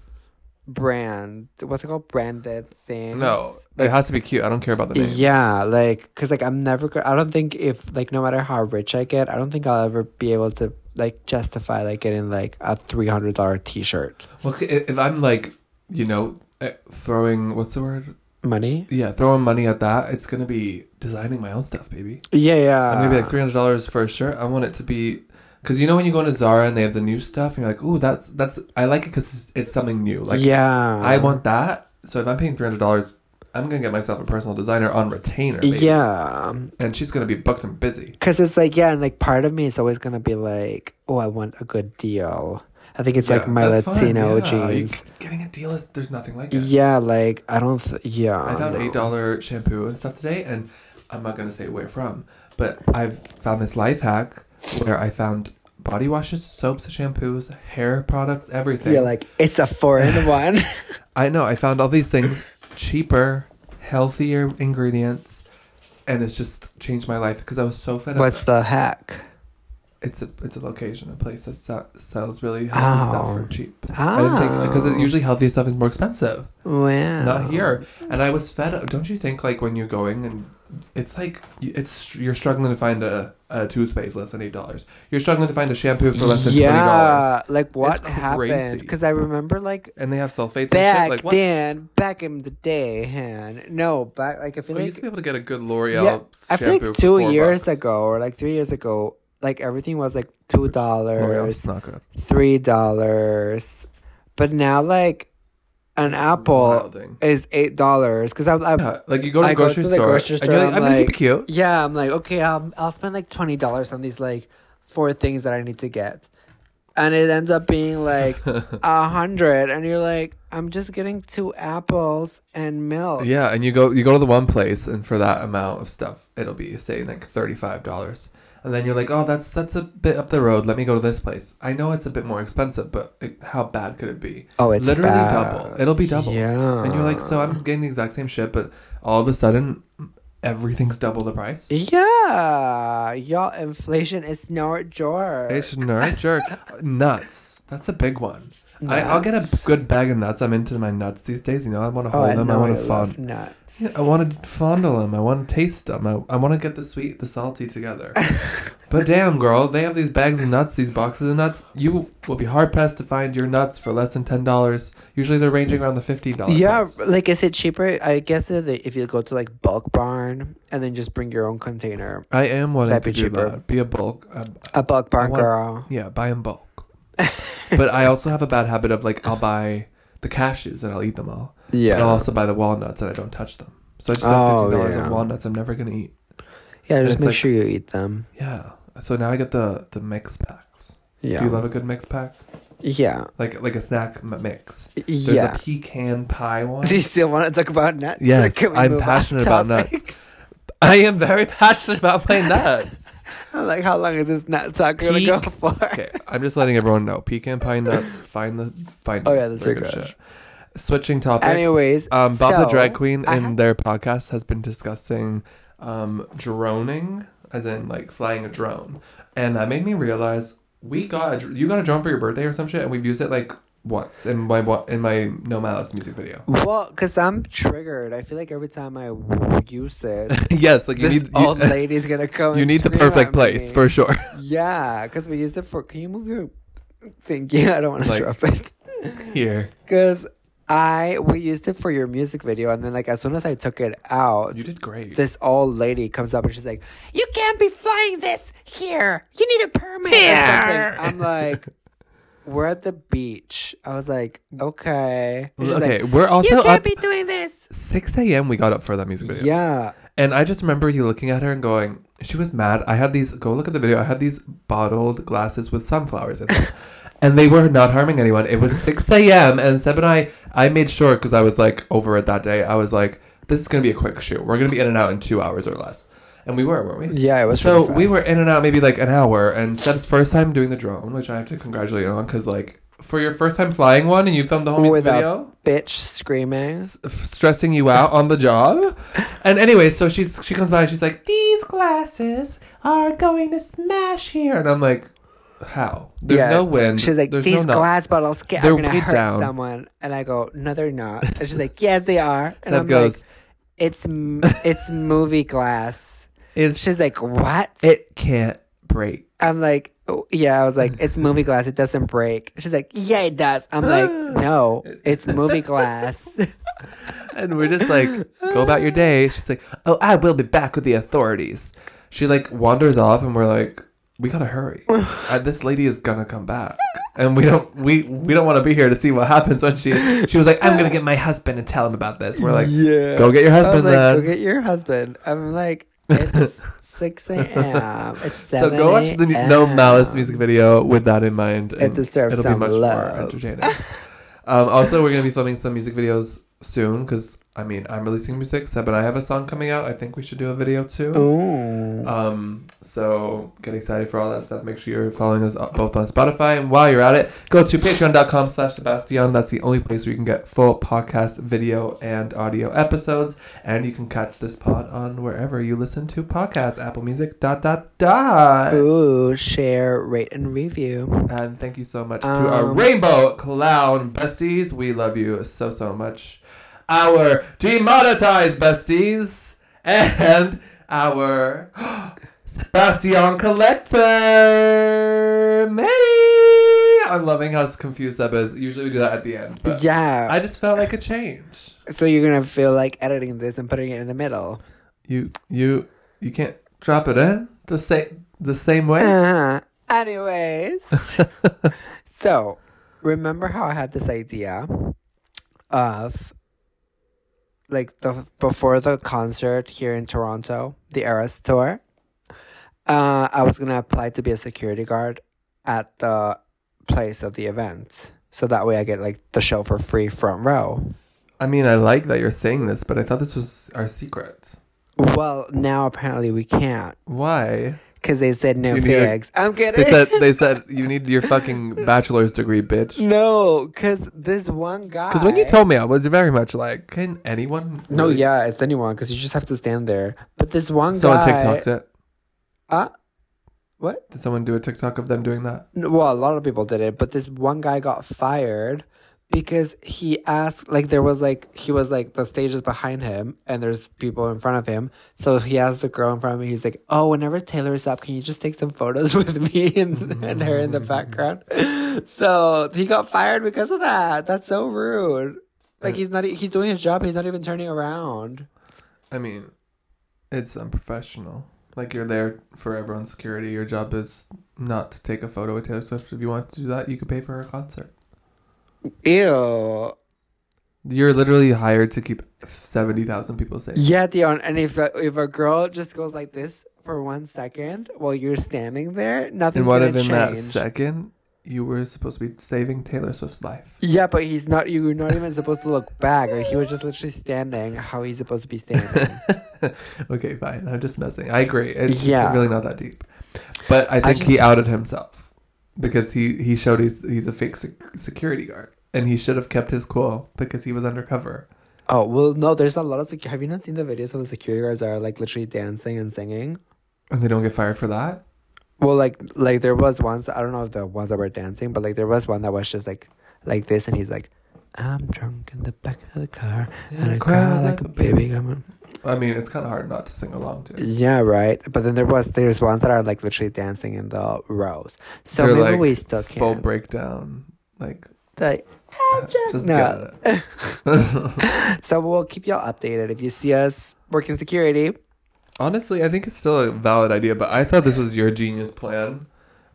Speaker 1: brand. What's it called? Branded things.
Speaker 2: No, it
Speaker 1: Like,
Speaker 2: has to be cute. I don't care about the name.
Speaker 1: yeah, like, cause like I'm never. go- I don't think if like no matter how rich I get, I don't think I'll ever be able to like justify like getting like a three hundred dollar T-shirt.
Speaker 2: Well, c- if if I'm like, you know, eh, throwing what's the word?
Speaker 1: Money.
Speaker 2: Yeah, throwing money at that, it's gonna be designing my own stuff, baby.
Speaker 1: Yeah, yeah.
Speaker 2: I'm gonna be like three hundred dollars for a shirt. I want it to be, cause you know when you go into Zara and they have the new stuff, and you're like, ooh, that's that's I like it because it's, it's something new. Like
Speaker 1: yeah.
Speaker 2: I want that. So if I'm paying three hundred dollars, I'm gonna get myself a personal designer on retainer. Baby.
Speaker 1: Yeah.
Speaker 2: and she's gonna be booked and busy.
Speaker 1: Cause it's like yeah, and like part of me is always gonna be like, oh, I want a good deal. I think it's like
Speaker 2: Yeah,
Speaker 1: my
Speaker 2: that's fine,
Speaker 1: Latino
Speaker 2: yeah. You
Speaker 1: genes.
Speaker 2: g- getting a deal is there's nothing like
Speaker 1: Yeah.
Speaker 2: it.
Speaker 1: like I don't. Th- yeah,
Speaker 2: I found
Speaker 1: no.
Speaker 2: eight dollar shampoo and stuff today, and I'm not gonna say where from, but I've found this life hack where I found body washes, soaps, shampoos, hair products, everything.
Speaker 1: You're like it's a four in one.
Speaker 2: I know I found all these things cheaper, healthier ingredients, and it's just changed my life because I was so fed up.
Speaker 1: What's the heck?
Speaker 2: it's a it's a location, a place that se- sells really healthy
Speaker 1: Oh.
Speaker 2: stuff for cheap. I didn't think
Speaker 1: Ah,
Speaker 2: because it, usually healthy stuff is more expensive.
Speaker 1: wow.
Speaker 2: Not here, and I was fed up. Don't you think like when you're going and it's like you- it's you're struggling to find a, a toothpaste less than eight dollars. You're struggling to find a shampoo for less than twenty dollars,
Speaker 1: Yeah, like what happened?
Speaker 2: crazy.
Speaker 1: Because I remember like
Speaker 2: and they have sulfates and
Speaker 1: back
Speaker 2: shit. Like what?
Speaker 1: then, back in the day, han. No, back like I
Speaker 2: Oh,
Speaker 1: feel
Speaker 2: you
Speaker 1: like
Speaker 2: used to be able to get a good L'Oreal
Speaker 1: Yeah, I
Speaker 2: shampoo
Speaker 1: feel like
Speaker 2: for
Speaker 1: two
Speaker 2: four
Speaker 1: years
Speaker 2: bucks. Oh,
Speaker 1: ago or like three years ago, like everything was like two
Speaker 2: L'Oreal's
Speaker 1: dollars,
Speaker 2: not good.
Speaker 1: three dollars, but now like an apple
Speaker 2: Wilding.
Speaker 1: is eight dollars because I'm, I'm
Speaker 2: Yeah, like you go to
Speaker 1: I
Speaker 2: the
Speaker 1: go
Speaker 2: grocery
Speaker 1: to the
Speaker 2: store,
Speaker 1: grocery
Speaker 2: and you're
Speaker 1: store,
Speaker 2: like,
Speaker 1: I'm
Speaker 2: I'm, gonna keep
Speaker 1: like-
Speaker 2: it cute.
Speaker 1: yeah I'm like okay um, I'll spend like twenty dollars on these like four things that I need to get, and it ends up being like a hundred, and you're like I'm just getting two apples and milk.
Speaker 2: Yeah, and you go you go to the one place, and for that amount of stuff, it'll be say like thirty five dollars, and then you're like, oh, that's that's a bit up the road. Let me go to this place. I know it's a bit more expensive, but it, how bad could it be?
Speaker 1: Oh, it's
Speaker 2: literally
Speaker 1: bad.
Speaker 2: double. It'll be double.
Speaker 1: Yeah,
Speaker 2: And you're like, so I'm getting the exact same shit, but all of a sudden, everything's double the price.
Speaker 1: Yeah, y'all, inflation is no joke.
Speaker 2: It's nerd jerk nuts. That's a big one. I, I'll get a good bag of nuts. I'm into my nuts these days. You know, I want to
Speaker 1: oh,
Speaker 2: hold
Speaker 1: I
Speaker 2: them. I
Speaker 1: know
Speaker 2: want
Speaker 1: you
Speaker 2: to
Speaker 1: love
Speaker 2: fond.
Speaker 1: nuts.
Speaker 2: Yeah, I want to fondle them. I want to taste them. I, I want to get the sweet, the salty together. but damn, girl, they have these bags of nuts, these boxes of nuts. You will be hard pressed to find your nuts for less than ten dollars. Usually, they're ranging around the fifty dollars.
Speaker 1: Yeah, like is it cheaper? I guess if if you go to like bulk barn and then just bring your own container,
Speaker 2: I am wanting
Speaker 1: That'd
Speaker 2: to
Speaker 1: be
Speaker 2: do
Speaker 1: cheaper.
Speaker 2: that. Be a bulk. Uh,
Speaker 1: a bulk barn
Speaker 2: want-
Speaker 1: girl.
Speaker 2: yeah, buy in bulk. but I also have a bad habit of like I'll buy the cashews and I'll eat them all. But I'll
Speaker 1: Yeah,
Speaker 2: also buy the walnuts and I don't touch them. So I just have
Speaker 1: Oh,
Speaker 2: fifty dollars
Speaker 1: yeah.
Speaker 2: on walnuts. I'm never gonna eat.
Speaker 1: yeah.
Speaker 2: and
Speaker 1: Just
Speaker 2: it's
Speaker 1: make
Speaker 2: like-
Speaker 1: sure you eat them.
Speaker 2: Yeah. So now I get the the mix packs.
Speaker 1: Yeah,
Speaker 2: Do you love a good mix pack?
Speaker 1: yeah,
Speaker 2: Like like a snack m- mix. There's
Speaker 1: yeah.
Speaker 2: a pecan pie one.
Speaker 1: Do you still want to talk about nuts?
Speaker 2: Yes,
Speaker 1: or can we
Speaker 2: I'm
Speaker 1: move on
Speaker 2: passionate about nuts.
Speaker 1: topics?
Speaker 2: I am very passionate about my nuts.
Speaker 1: I'm like, how long is this nut talk gonna go
Speaker 2: Peak.
Speaker 1: for?
Speaker 2: okay, I'm just letting everyone know. Pecan pie nuts. Find the find.
Speaker 1: Oh,
Speaker 2: them.
Speaker 1: yeah, that's
Speaker 2: They're
Speaker 1: so
Speaker 2: good
Speaker 1: good.
Speaker 2: Switching topics.
Speaker 1: Anyways,
Speaker 2: um, Bob the
Speaker 1: so,
Speaker 2: drag queen
Speaker 1: I
Speaker 2: in
Speaker 1: have-
Speaker 2: their podcast has been discussing um droning, as in like flying a drone, and that made me realize we got a, dr- you got a drone for your birthday or some shit, and we've used it like once in my wa- in my No Malice music video.
Speaker 1: Well, cause I'm triggered. I feel like every time I w- use it,
Speaker 2: yes, like
Speaker 1: this old lady's gonna come.
Speaker 2: You
Speaker 1: and
Speaker 2: need the
Speaker 1: scream
Speaker 2: perfect
Speaker 1: at
Speaker 2: place
Speaker 1: me.
Speaker 2: for sure.
Speaker 1: Yeah, because we used it for. Can you move your thing? Yeah, I don't want to
Speaker 2: Like-
Speaker 1: drop it.
Speaker 2: Here,
Speaker 1: Because I we used it for your music video, and then like as soon as I took it out,
Speaker 2: you did great.
Speaker 1: this old lady comes up and she's like, "You can't be flying this here. You need a permit or
Speaker 2: Here."
Speaker 1: something." I'm like. We're at the beach. I was like, okay. And she's like,
Speaker 2: okay, we're also
Speaker 1: you can't
Speaker 2: up
Speaker 1: be doing this.
Speaker 2: 6 a.m. We got up for that music video,
Speaker 1: Yeah.
Speaker 2: and I just remember you looking at her and going, "She was mad." I had these. Go look at the video. I had these bottled glasses with sunflowers in them. And they were not harming anyone. It was 6 a.m. And Seb and I, I made sure because I was like over it that day. I was like, this is going to be a quick shoot. We're going to be in and out in two hours or less. And we were, weren't we?
Speaker 1: Yeah, it was
Speaker 2: So
Speaker 1: really
Speaker 2: we
Speaker 1: fast.
Speaker 2: were in and out maybe like an hour, and Seb's first time doing the drone, which I have to congratulate you on because like for your first time flying one and you filmed the whole music
Speaker 1: with a
Speaker 2: video,
Speaker 1: bitch screaming.
Speaker 2: f- stressing you out on the job. And anyway, so she's she comes by and she's like, "These glasses are going to smash here," and I'm like, "How? There's no wind.
Speaker 1: She's like,
Speaker 2: There's
Speaker 1: these
Speaker 2: no knock."
Speaker 1: glass bottles get,
Speaker 2: They're
Speaker 1: are gonna
Speaker 2: weighed
Speaker 1: hurt
Speaker 2: down."
Speaker 1: someone, and I go, no, they're not. And she's like, yes, they are.
Speaker 2: Seb
Speaker 1: And I'm
Speaker 2: goes,
Speaker 1: like, it's m- it's movie glass.
Speaker 2: "Is
Speaker 1: She's like, what?
Speaker 2: it can't break."
Speaker 1: I'm like, oh, yeah. I was like, it's movie glass. It doesn't break. She's like, yeah, it does. I'm like, no, it's movie glass.
Speaker 2: And we're just like, go about your day. She's like, oh, I will be back with the authorities. She like wanders off, and we're like, we gotta hurry. Uh, this lady is gonna come back, and we don't we we don't want to be here to see what happens when she she was like, I'm gonna get my husband and tell him about this. We're like,
Speaker 1: yeah.
Speaker 2: go get your
Speaker 1: I was
Speaker 2: husband
Speaker 1: like,
Speaker 2: then.
Speaker 1: go get your husband. I'm like, it's 6 a.m. It's 7
Speaker 2: so go watch the
Speaker 1: a.m..
Speaker 2: No Malice music video with that in mind. and
Speaker 1: deserves some love.
Speaker 2: more entertaining. um, also, we're gonna be filming some music videos soon because I mean I'm releasing music. Seb and I have a song coming out. I think we should do a video too.
Speaker 1: Ooh.
Speaker 2: Um, so get excited for all that stuff. Make sure you're following us up- both on Spotify. And while you're at it, go to patreon.com slash Sebastian. That's the only place where you can get full podcast video and audio episodes. And you can catch this pod on wherever you listen to podcasts. Apple Music, dot, dot, dot.
Speaker 1: Ooh, share, rate, and review.
Speaker 2: And thank you so much to our
Speaker 1: Um,
Speaker 2: rainbow clown besties. We love you so, so much. Our demonetized besties and our Sebastian collector. May. I'm loving how confused that is. Usually we do that at the end. But
Speaker 1: Yeah.
Speaker 2: I just felt like a change.
Speaker 1: so you're gonna feel like editing this and putting it in the middle.
Speaker 2: You you you can't drop it in the same the same way.
Speaker 1: Uh, anyways, so remember how I had this idea of like the before the concert here in Toronto, the Eras tour. Uh, I was gonna apply to be a security guard at the place of the event, so that way I get like the show for free front row.
Speaker 2: I mean, I like that you're saying this, but I thought this was our secret.
Speaker 1: Well, now apparently we can't
Speaker 2: Why?
Speaker 1: because they said no
Speaker 2: You need a-
Speaker 1: figs. I'm kidding.
Speaker 2: They said they said you need your fucking bachelor's degree, bitch.
Speaker 1: No, because this one guy.
Speaker 2: Because when you told me, I was very much like, can anyone?
Speaker 1: No,
Speaker 2: really-
Speaker 1: yeah, it's anyone because you just have to stand there. But this one
Speaker 2: Someone
Speaker 1: guy.
Speaker 2: TikToked it.
Speaker 1: Uh, what?
Speaker 2: Did someone do a TikTok of them doing that?
Speaker 1: N- Well, a lot of people did it, but this one guy got fired because he asked, like, there was like, he was like, the stage is behind him and there's people in front of him. So he asked the girl in front of him, he's like, Oh, whenever Taylor's up, can you just take some photos with me and, and her in the background? So he got fired because of that. That's so rude. Like, he's not, e- he's doing his job, he's not even turning around.
Speaker 2: I mean, it's unprofessional. Like you're there for everyone's security. Your job is not to take a photo with Taylor Swift. If you want to do that, you could pay for her concert.
Speaker 1: Ew.
Speaker 2: You're literally hired to keep seventy thousand people safe.
Speaker 1: Yeah, Dion. And if a, if a girl just goes like this for one second while you're standing there, nothing's
Speaker 2: and what
Speaker 1: gonna
Speaker 2: if in that
Speaker 1: change.
Speaker 2: second you were supposed to be saving Taylor Swift's life?
Speaker 1: yeah, but he's not. You're not even supposed to look back. Like, he was just literally standing. How he's supposed to be standing?
Speaker 2: okay, fine. I'm just messing. I agree. It's,
Speaker 1: Yeah.
Speaker 2: it's really not that deep. But I think he
Speaker 1: just-
Speaker 2: outed himself because he, he showed he's, he's a fake sec- security guard. And he should have kept his cool because he was undercover.
Speaker 1: oh well, no. There's a lot of. Sec- have you not seen the videos of the security guards that are like literally dancing and singing?
Speaker 2: And they don't get fired for that?
Speaker 1: Well, like like there was ones. I don't know if the ones that were dancing, but like there was one that was just like like this, and he's like, "I'm drunk in the back of the car, and I cry like a baby." Come on.
Speaker 2: I mean, it's kind of hard not to sing along to.
Speaker 1: Yeah, right. But then there was there's ones that are like literally dancing in the rows. So
Speaker 2: They're,
Speaker 1: maybe
Speaker 2: like,
Speaker 1: we still
Speaker 2: Full
Speaker 1: can.
Speaker 2: breakdown. Like,
Speaker 1: Like,
Speaker 2: just
Speaker 1: No.
Speaker 2: get it.
Speaker 1: so we'll keep y'all updated if you see us working security.
Speaker 2: Honestly, I think it's still a valid idea, but I thought this was your genius plan.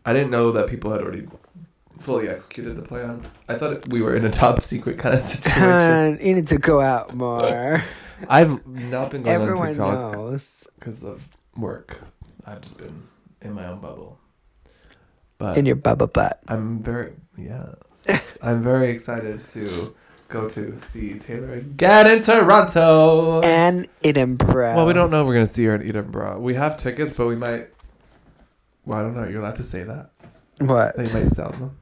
Speaker 2: I didn't know that people had already fully executed the plan. I thought it, we were in a top secret kind of situation.
Speaker 1: And you need to go out more.
Speaker 2: I've not been going on
Speaker 1: Everyone
Speaker 2: TikTok
Speaker 1: knows.
Speaker 2: because of work. I've just been in my own bubble. But
Speaker 1: In your bubble butt.
Speaker 2: I'm very yeah. I'm very excited to go to see Taylor again in Toronto.
Speaker 1: And in Edinburgh.
Speaker 2: Well, we don't know if we're gonna see her in Edinburgh. We have tickets, but we might. Well, I don't know. You're allowed to say that.
Speaker 1: What?
Speaker 2: They might sell them.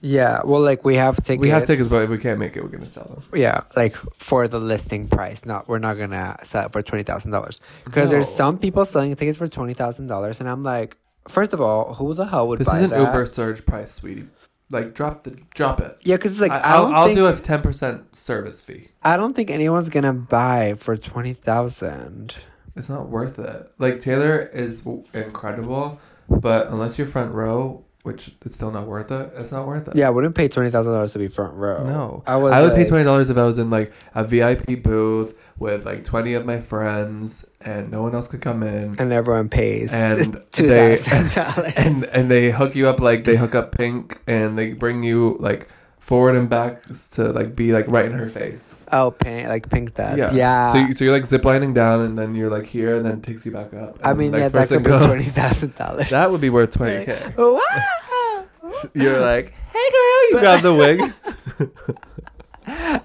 Speaker 1: Yeah. Well, like we have tickets.
Speaker 2: We have tickets, but if we can't make it, we're gonna sell them.
Speaker 1: Yeah, like for the listing price. Not we're not gonna sell it for twenty thousand dollars because there's
Speaker 2: No.
Speaker 1: some people selling tickets for twenty thousand dollars, and I'm like, first of all, who the hell would
Speaker 2: This
Speaker 1: buy
Speaker 2: is an
Speaker 1: that?
Speaker 2: Uber surge price, sweetie. Like drop the drop it.
Speaker 1: Yeah, because like I,
Speaker 2: I, will
Speaker 1: don't
Speaker 2: I'll
Speaker 1: think
Speaker 2: do a ten percent service fee.
Speaker 1: I don't think anyone's gonna buy for twenty thousand.
Speaker 2: It's not worth it. Like Taylor is w- incredible, but unless you're front row, which it's still not worth it. It's not worth it.
Speaker 1: Yeah, I wouldn't pay twenty thousand dollars to be front row.
Speaker 2: No,
Speaker 1: I was.
Speaker 2: I would pay
Speaker 1: like-
Speaker 2: twenty dollars if I was in like a VIP booth with like twenty of my friends and no one else could come in.
Speaker 1: and everyone pays
Speaker 2: And
Speaker 1: two
Speaker 2: they-
Speaker 1: thousand dollars.
Speaker 2: And and they hook you up like they hook up Pink and they bring you like forward and back to like be like right in her face.
Speaker 1: oh, pink, like pink does. Yeah.
Speaker 2: So, you, so you're like ziplining down and then you're like here and then it takes you back up.
Speaker 1: I
Speaker 2: and
Speaker 1: mean,
Speaker 2: the
Speaker 1: yeah,
Speaker 2: next
Speaker 1: that
Speaker 2: person
Speaker 1: could be
Speaker 2: goes.
Speaker 1: twenty thousand dollars.
Speaker 2: That would be worth twenty k. You're like, hey girl, you
Speaker 1: But-
Speaker 2: grab the wig.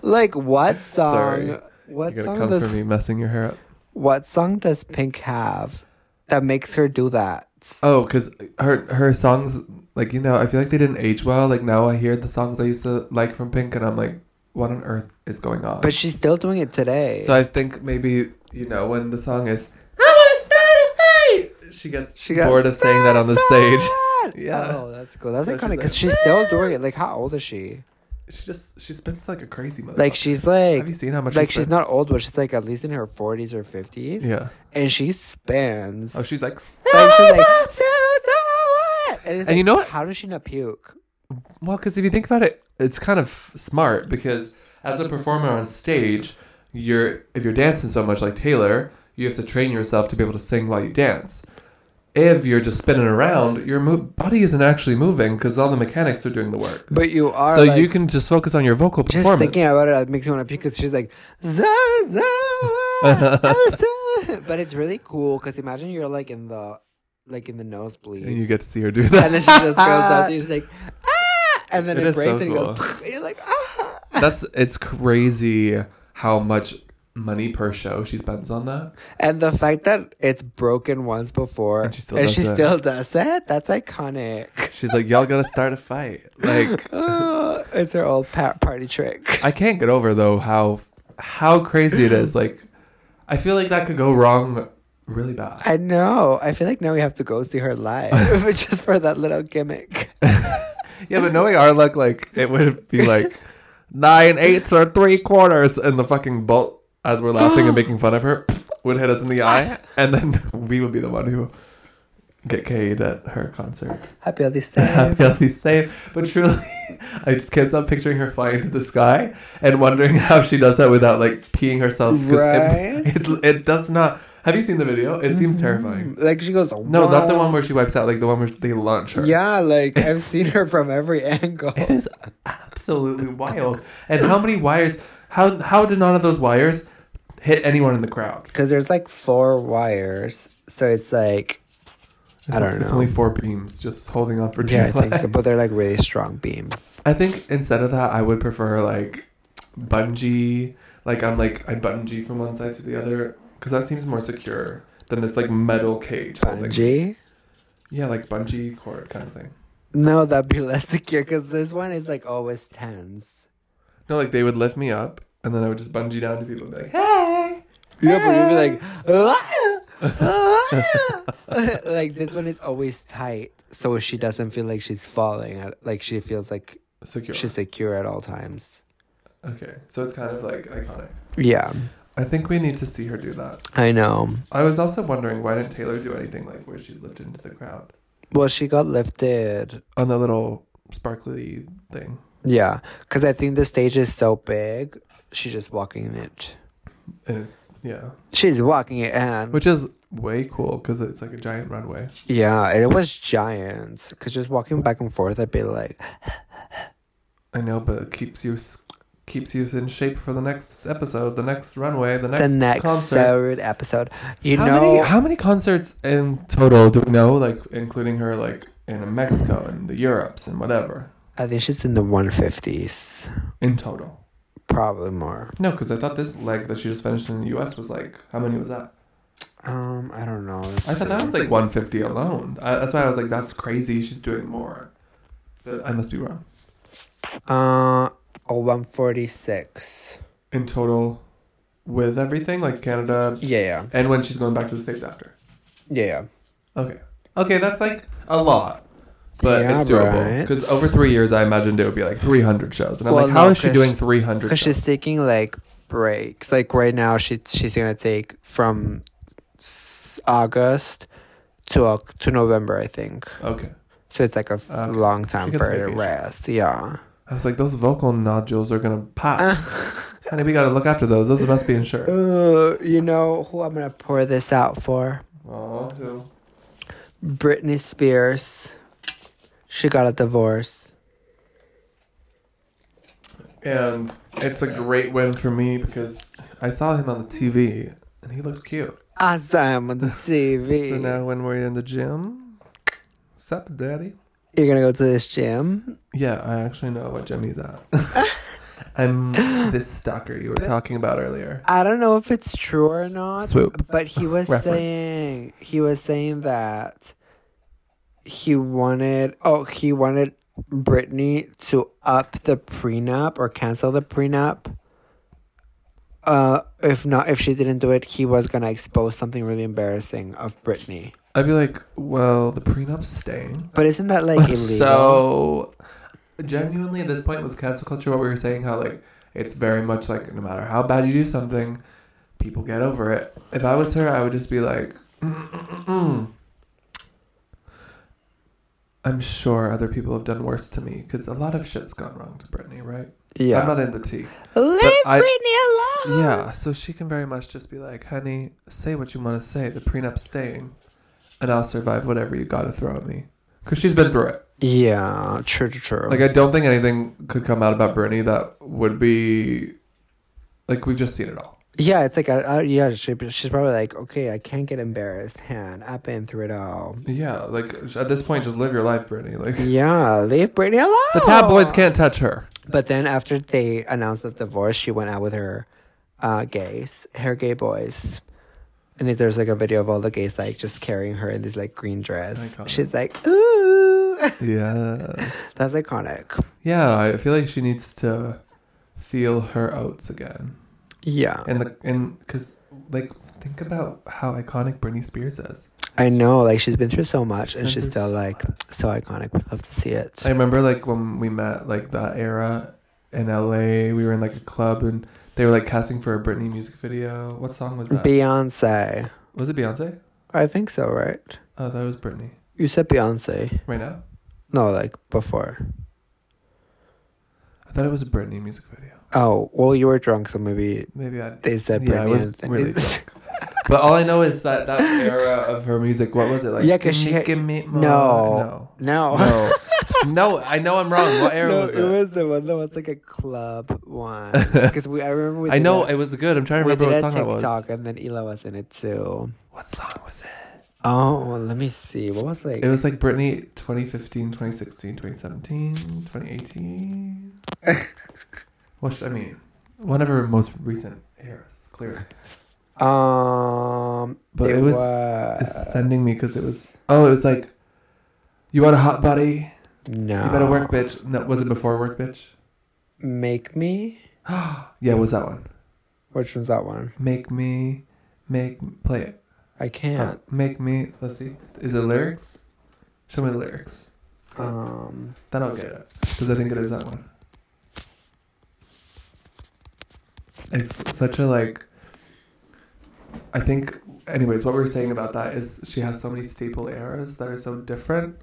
Speaker 1: like what song?
Speaker 2: Sorry.
Speaker 1: What
Speaker 2: You're gonna
Speaker 1: song
Speaker 2: come
Speaker 1: does
Speaker 2: for me messing your hair up.
Speaker 1: What song does Pink have that makes her do that?
Speaker 2: Oh, cause her her songs like you know I feel like they didn't age well. Like now I hear the songs I used to like from Pink, and I'm like, what on earth is going on?
Speaker 1: But she's still doing it today.
Speaker 2: so I think maybe you know when the song is I want to start a fight, she gets
Speaker 1: she got
Speaker 2: bored of saying that on the stage.
Speaker 1: sad.
Speaker 2: Yeah.
Speaker 1: Oh, that's cool. That's
Speaker 2: So
Speaker 1: iconic
Speaker 2: she's
Speaker 1: because
Speaker 2: like,
Speaker 1: she's still doing it. Like, how old is she?
Speaker 2: She just she spins like a crazy mother.
Speaker 1: Like, she's like,
Speaker 2: have you seen how much? she
Speaker 1: like she's
Speaker 2: spins?
Speaker 1: not old, but she's like at least in her forties or fifties,
Speaker 2: Yeah.
Speaker 1: and she spans.
Speaker 2: Oh, she's like.
Speaker 1: like, she's like, so, so what? And, it's
Speaker 2: And you
Speaker 1: like,
Speaker 2: know what?
Speaker 1: How does she not puke?
Speaker 2: Well, because if you think about it, it's kind of smart because as a performer on stage, you're if you're dancing so much like Taylor, you have to train yourself to be able to sing while you dance. If you're just spinning around, your mo- body isn't actually moving because all the mechanics are doing the work.
Speaker 1: But you are.
Speaker 2: So
Speaker 1: like,
Speaker 2: you can just focus on your vocal
Speaker 1: Just
Speaker 2: performance.
Speaker 1: thinking about it, it makes me want to puke because she's like, "Zo, zo, oh, zo." but it's really cool because imagine you're like in the, like in the nosebleed,
Speaker 2: and you get to see her do that.
Speaker 1: and then she just goes out, and she's like, ah, and then
Speaker 2: It
Speaker 1: it,
Speaker 2: is
Speaker 1: breaks,
Speaker 2: so
Speaker 1: and it
Speaker 2: cool.
Speaker 1: goes, and you're like, ah.
Speaker 2: That's it's crazy how much money per show she spends on that.
Speaker 1: And the fact that it's broken once before,
Speaker 2: And she still does it.
Speaker 1: still does it, that's iconic.
Speaker 2: She's like, "Y'all gotta start a fight." Like
Speaker 1: Oh, it's her old pa- party trick.
Speaker 2: I can't get over though how how crazy it is. Like, I feel like that could go wrong really bad.
Speaker 1: I know. I feel like now we have to go see her live just for that little gimmick.
Speaker 2: yeah, but knowing our luck, like it would be like nine eighths or three quarters, and the fucking bolt as we're laughing and making fun of her would hit us in the eye, and then we would be the one who get K'd at her concert.
Speaker 1: Happy all these
Speaker 2: Happy, healthy, safe. But truly, I just can't stop picturing her flying to the sky and wondering how she does that without like peeing herself. 'cause
Speaker 1: Right?
Speaker 2: It, it, it does not. Have you seen the video? It seems terrifying.
Speaker 1: Like she goes.
Speaker 2: No, not the one where she wipes out. Like the one where they launch her.
Speaker 1: Yeah, like I've seen her from every angle.
Speaker 2: It is absolutely wild. And how many wires? How how did none of those wires hit anyone in the crowd?
Speaker 1: Because there's like four wires, so it's like
Speaker 2: It's
Speaker 1: I
Speaker 2: like-
Speaker 1: don't
Speaker 2: It's
Speaker 1: know.
Speaker 2: only four beams just holding on for dear
Speaker 1: yeah, I think
Speaker 2: life.
Speaker 1: so. But they're like really strong beams.
Speaker 2: I think instead of that, I would prefer like bungee. Like I'm like I bungee from one side to the other because that seems more secure than this like metal cage. holding-
Speaker 1: Bungee?
Speaker 2: Yeah, like bungee cord kind of thing.
Speaker 1: No, that'd be less secure because this one is like always tense.
Speaker 2: No, like they would lift me up and then I would just bungee down to people and be like, hey.
Speaker 1: Yeah, but you'd be like, "Ah, like this one is always tight, so she doesn't feel like she's falling. at- Like she feels like
Speaker 2: secure.
Speaker 1: she's secure at all times.
Speaker 2: okay, so it's kind of like iconic.
Speaker 1: Yeah,
Speaker 2: I think we need to see her do that.
Speaker 1: I know.
Speaker 2: I was also wondering why didn't Taylor do anything like where she's lifted into the crowd
Speaker 1: Well, she got lifted.
Speaker 2: on the little sparkly thing.
Speaker 1: Yeah, because I think the stage is so big. She's just walking in it.
Speaker 2: And it's, yeah.
Speaker 1: She's walking it, and
Speaker 2: Which is way cool because it's like a giant runway.
Speaker 1: yeah, it was giant. Because just walking back and forth, I'd be like,
Speaker 2: I know, but it keeps you s- keeps you in shape for the next episode, the next runway, the next,
Speaker 1: the next
Speaker 2: concert.
Speaker 1: third episode. You
Speaker 2: how
Speaker 1: know,
Speaker 2: many how many concerts in total do we know? Like including her, like in Mexico and the Europes and whatever
Speaker 1: I think she's in the one fifties,
Speaker 2: in total.
Speaker 1: probably more.
Speaker 2: No, because I thought this leg that she just finished in the U.S. was like how many was that?
Speaker 1: Um, I don't know.
Speaker 2: I thought that was like 150 alone. I, that's why I was like, that's crazy. She's doing more. But I must be wrong.
Speaker 1: Uh, oh, 146.
Speaker 2: In total, with everything like Canada
Speaker 1: Yeah, yeah,
Speaker 2: and when she's going back to the states after.
Speaker 1: yeah, yeah.
Speaker 2: Okay. Okay, that's like a lot. But
Speaker 1: Yeah,
Speaker 2: it's doable.
Speaker 1: right.
Speaker 2: Because over three years, I imagined it would be like 300 shows. And I'm
Speaker 1: Well,
Speaker 2: like, how
Speaker 1: no,
Speaker 2: is she
Speaker 1: 'cause-
Speaker 2: doing 300
Speaker 1: Because
Speaker 2: shows?
Speaker 1: she's taking like breaks. Like right now, she she's gonna take from s- August to Oc- to November, I think,
Speaker 2: Okay.
Speaker 1: So it's like a f-
Speaker 2: Okay.
Speaker 1: long time
Speaker 2: She gets
Speaker 1: for her to
Speaker 2: vacation.
Speaker 1: rest. Yeah.
Speaker 2: I was like, those vocal nodules are gonna pop. Honey, we gotta look after those. Those must be insured.
Speaker 1: Uh, you know who I'm gonna pour this out for?
Speaker 2: Oh, who?
Speaker 1: Britney Spears. She got a divorce.
Speaker 2: And it's a great win for me because I saw him on the TV and he looked cute.
Speaker 1: Awesome on the TV.
Speaker 2: So now when we're in the gym, sup, daddy?
Speaker 1: You're gonna go to this gym.
Speaker 2: Yeah, I actually know what gym he's at. I'm this stalker you were talking about earlier.
Speaker 1: I don't know if it's true or not,
Speaker 2: Swoop.
Speaker 1: but he was
Speaker 2: Reference.
Speaker 1: saying he was saying that he wanted. Oh, he wanted Britney to up the prenup or cancel the prenup. Uh, if not, if she didn't do it, he was gonna expose something really embarrassing of Britney.
Speaker 2: I'd be like, well, the prenup's staying.
Speaker 1: But isn't that like illegal?
Speaker 2: So, genuinely, at this point with cancel culture, what we were saying, how like it's very much like no matter how bad you do something, people get over it. If I was her, I would just be like, "Mm, mm, mm, mm. I'm sure other people have done worse to me because a lot of shit's gone wrong to Brittany, right?
Speaker 1: yeah,
Speaker 2: I'm not in the tea.
Speaker 1: leave
Speaker 2: but I-
Speaker 1: Britney alone.
Speaker 2: Yeah, so she can very much just be like, honey, say what you want to say. The prenup's staying, and I'll survive whatever you got to throw at me. Because she's been through it.
Speaker 1: yeah, true, true, true.
Speaker 2: Like, I don't think anything could come out about Britney that would be. Like, we've just seen it all.
Speaker 1: Yeah, it's like, I, I, yeah, she, she's probably like, okay, I can't get embarrassed, hand. I've been through it all.
Speaker 2: Yeah, like, at this point, just live your life, Britney. Like,
Speaker 1: Yeah, leave Britney alone.
Speaker 2: the tabloids can't touch her.
Speaker 1: But then after they announced the divorce, she went out with her uh, gays, her gay boys. And there's like a video of all the gays like just carrying her in this like green dress.
Speaker 2: Iconic.
Speaker 1: She's like, ooh,
Speaker 2: Yeah.
Speaker 1: that's iconic.
Speaker 2: Yeah, I feel like she needs to feel her oats again.
Speaker 1: Yeah,
Speaker 2: And, the, and, because, like, think about how iconic Britney Spears is.
Speaker 1: I know. Like she's been through so much, and
Speaker 2: She's been
Speaker 1: she's
Speaker 2: through
Speaker 1: still
Speaker 2: so
Speaker 1: like so iconic. We love to see it.
Speaker 2: I remember like when we met like that era in LA, we were in like a club and they were like casting for a Britney music video. What song was that?
Speaker 1: Beyonce,
Speaker 2: was it Beyonce?
Speaker 1: I think so, right?
Speaker 2: Oh, I thought it was Britney.
Speaker 1: You said Beyonce.
Speaker 2: Right now?
Speaker 1: No, like before.
Speaker 2: I thought it was a Britney music video.
Speaker 1: Oh, well, you were drunk, so maybe
Speaker 2: Maybe I
Speaker 1: they said
Speaker 2: Yeah, I
Speaker 1: Britney.
Speaker 2: was
Speaker 1: and- and
Speaker 2: really
Speaker 1: it's-
Speaker 2: But all I know is that that era of her music, what was it like?
Speaker 1: Yeah, 'cause she
Speaker 2: Gimme,
Speaker 1: had-
Speaker 2: gimme more.
Speaker 1: No.
Speaker 2: No.
Speaker 1: no.
Speaker 2: No. No, I know I'm wrong. What era
Speaker 1: No,
Speaker 2: was
Speaker 1: it
Speaker 2: it?
Speaker 1: was the one that was like a club one. Because we, I remember we.
Speaker 2: I
Speaker 1: did
Speaker 2: know
Speaker 1: a-
Speaker 2: it was good. I'm trying to
Speaker 1: we
Speaker 2: remember
Speaker 1: did
Speaker 2: what
Speaker 1: a
Speaker 2: song it was.
Speaker 1: TikTok, and then Ela was in it too.
Speaker 2: What song was it?
Speaker 1: Oh, well, let me see. What was like?
Speaker 2: It was like Britney 2015, 2016, 2017, 2018. What's, I mean, one of her most recent eras, clearly.
Speaker 1: um,
Speaker 2: But it was It's sending me because it was, oh, it was like, you want a hot body?
Speaker 1: no.
Speaker 2: You better work, bitch. No, was it before work, bitch?
Speaker 1: Make me.
Speaker 2: Yeah, it was that one.
Speaker 1: Which one's that one?
Speaker 2: Make me, make, play it.
Speaker 1: I
Speaker 2: Uh,
Speaker 1: can't.
Speaker 2: make me, let's see. Is it lyrics? Show me the lyrics.
Speaker 1: Um,
Speaker 2: Then I'll get it. Because I think it is that one. It's such a like. I think, anyways, what we we're saying about that is she has so many staple eras that are so different,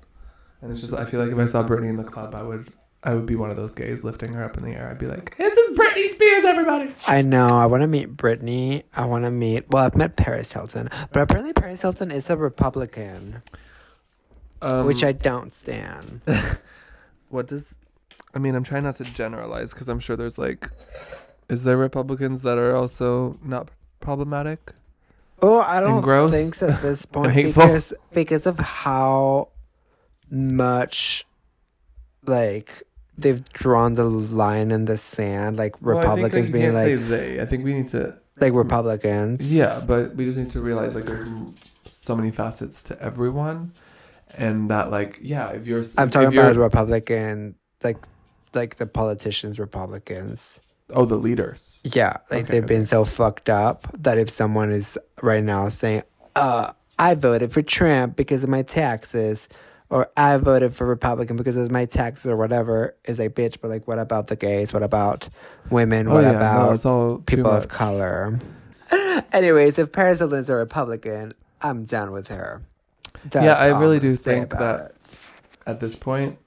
Speaker 2: and it's just I feel like if I saw Britney in the club, I would I would be one of those gays lifting her up in the air. I'd be like, "This is Britney Spears, everybody!"
Speaker 1: I know. I want to meet Britney. I want to meet. Well, I've met Paris Hilton, but apparently Paris Hilton is a Republican,
Speaker 2: Um,
Speaker 1: which I don't stand.
Speaker 2: what does? I mean, I'm trying not to generalize because I'm sure there's like, is there Republicans that are also not problematic?
Speaker 1: Oh, I don't
Speaker 2: gross
Speaker 1: think so at this point
Speaker 2: hateful.
Speaker 1: because because of how much like they've drawn the line in the sand, like
Speaker 2: Well, I think, like,
Speaker 1: Republicans
Speaker 2: you
Speaker 1: being
Speaker 2: can't
Speaker 1: like
Speaker 2: say they. I think we need to
Speaker 1: like Republicans.
Speaker 2: yeah, but we just need to realize like there's so many facets to everyone, and that like yeah, if you're
Speaker 1: I'm
Speaker 2: if
Speaker 1: talking
Speaker 2: you're,
Speaker 1: about Republican like like the politicians Republicans.
Speaker 2: oh the leaders.
Speaker 1: Yeah. Like
Speaker 2: Okay,
Speaker 1: they've been so fucked up that if someone is right now saying, uh, I voted for Trump because of my taxes or I voted for Republican because of my taxes or whatever, is like bitch, but like what about the gays? What about women?
Speaker 2: Oh
Speaker 1: what
Speaker 2: yeah, no,
Speaker 1: about
Speaker 2: it's all too
Speaker 1: people of
Speaker 2: much.
Speaker 1: color? Anyways, if Paris Hilton's a Republican, I'm done with her. That's
Speaker 2: Yeah, I
Speaker 1: all
Speaker 2: really
Speaker 1: I'm gonna
Speaker 2: do
Speaker 1: say
Speaker 2: think
Speaker 1: about
Speaker 2: that
Speaker 1: it.
Speaker 2: at this point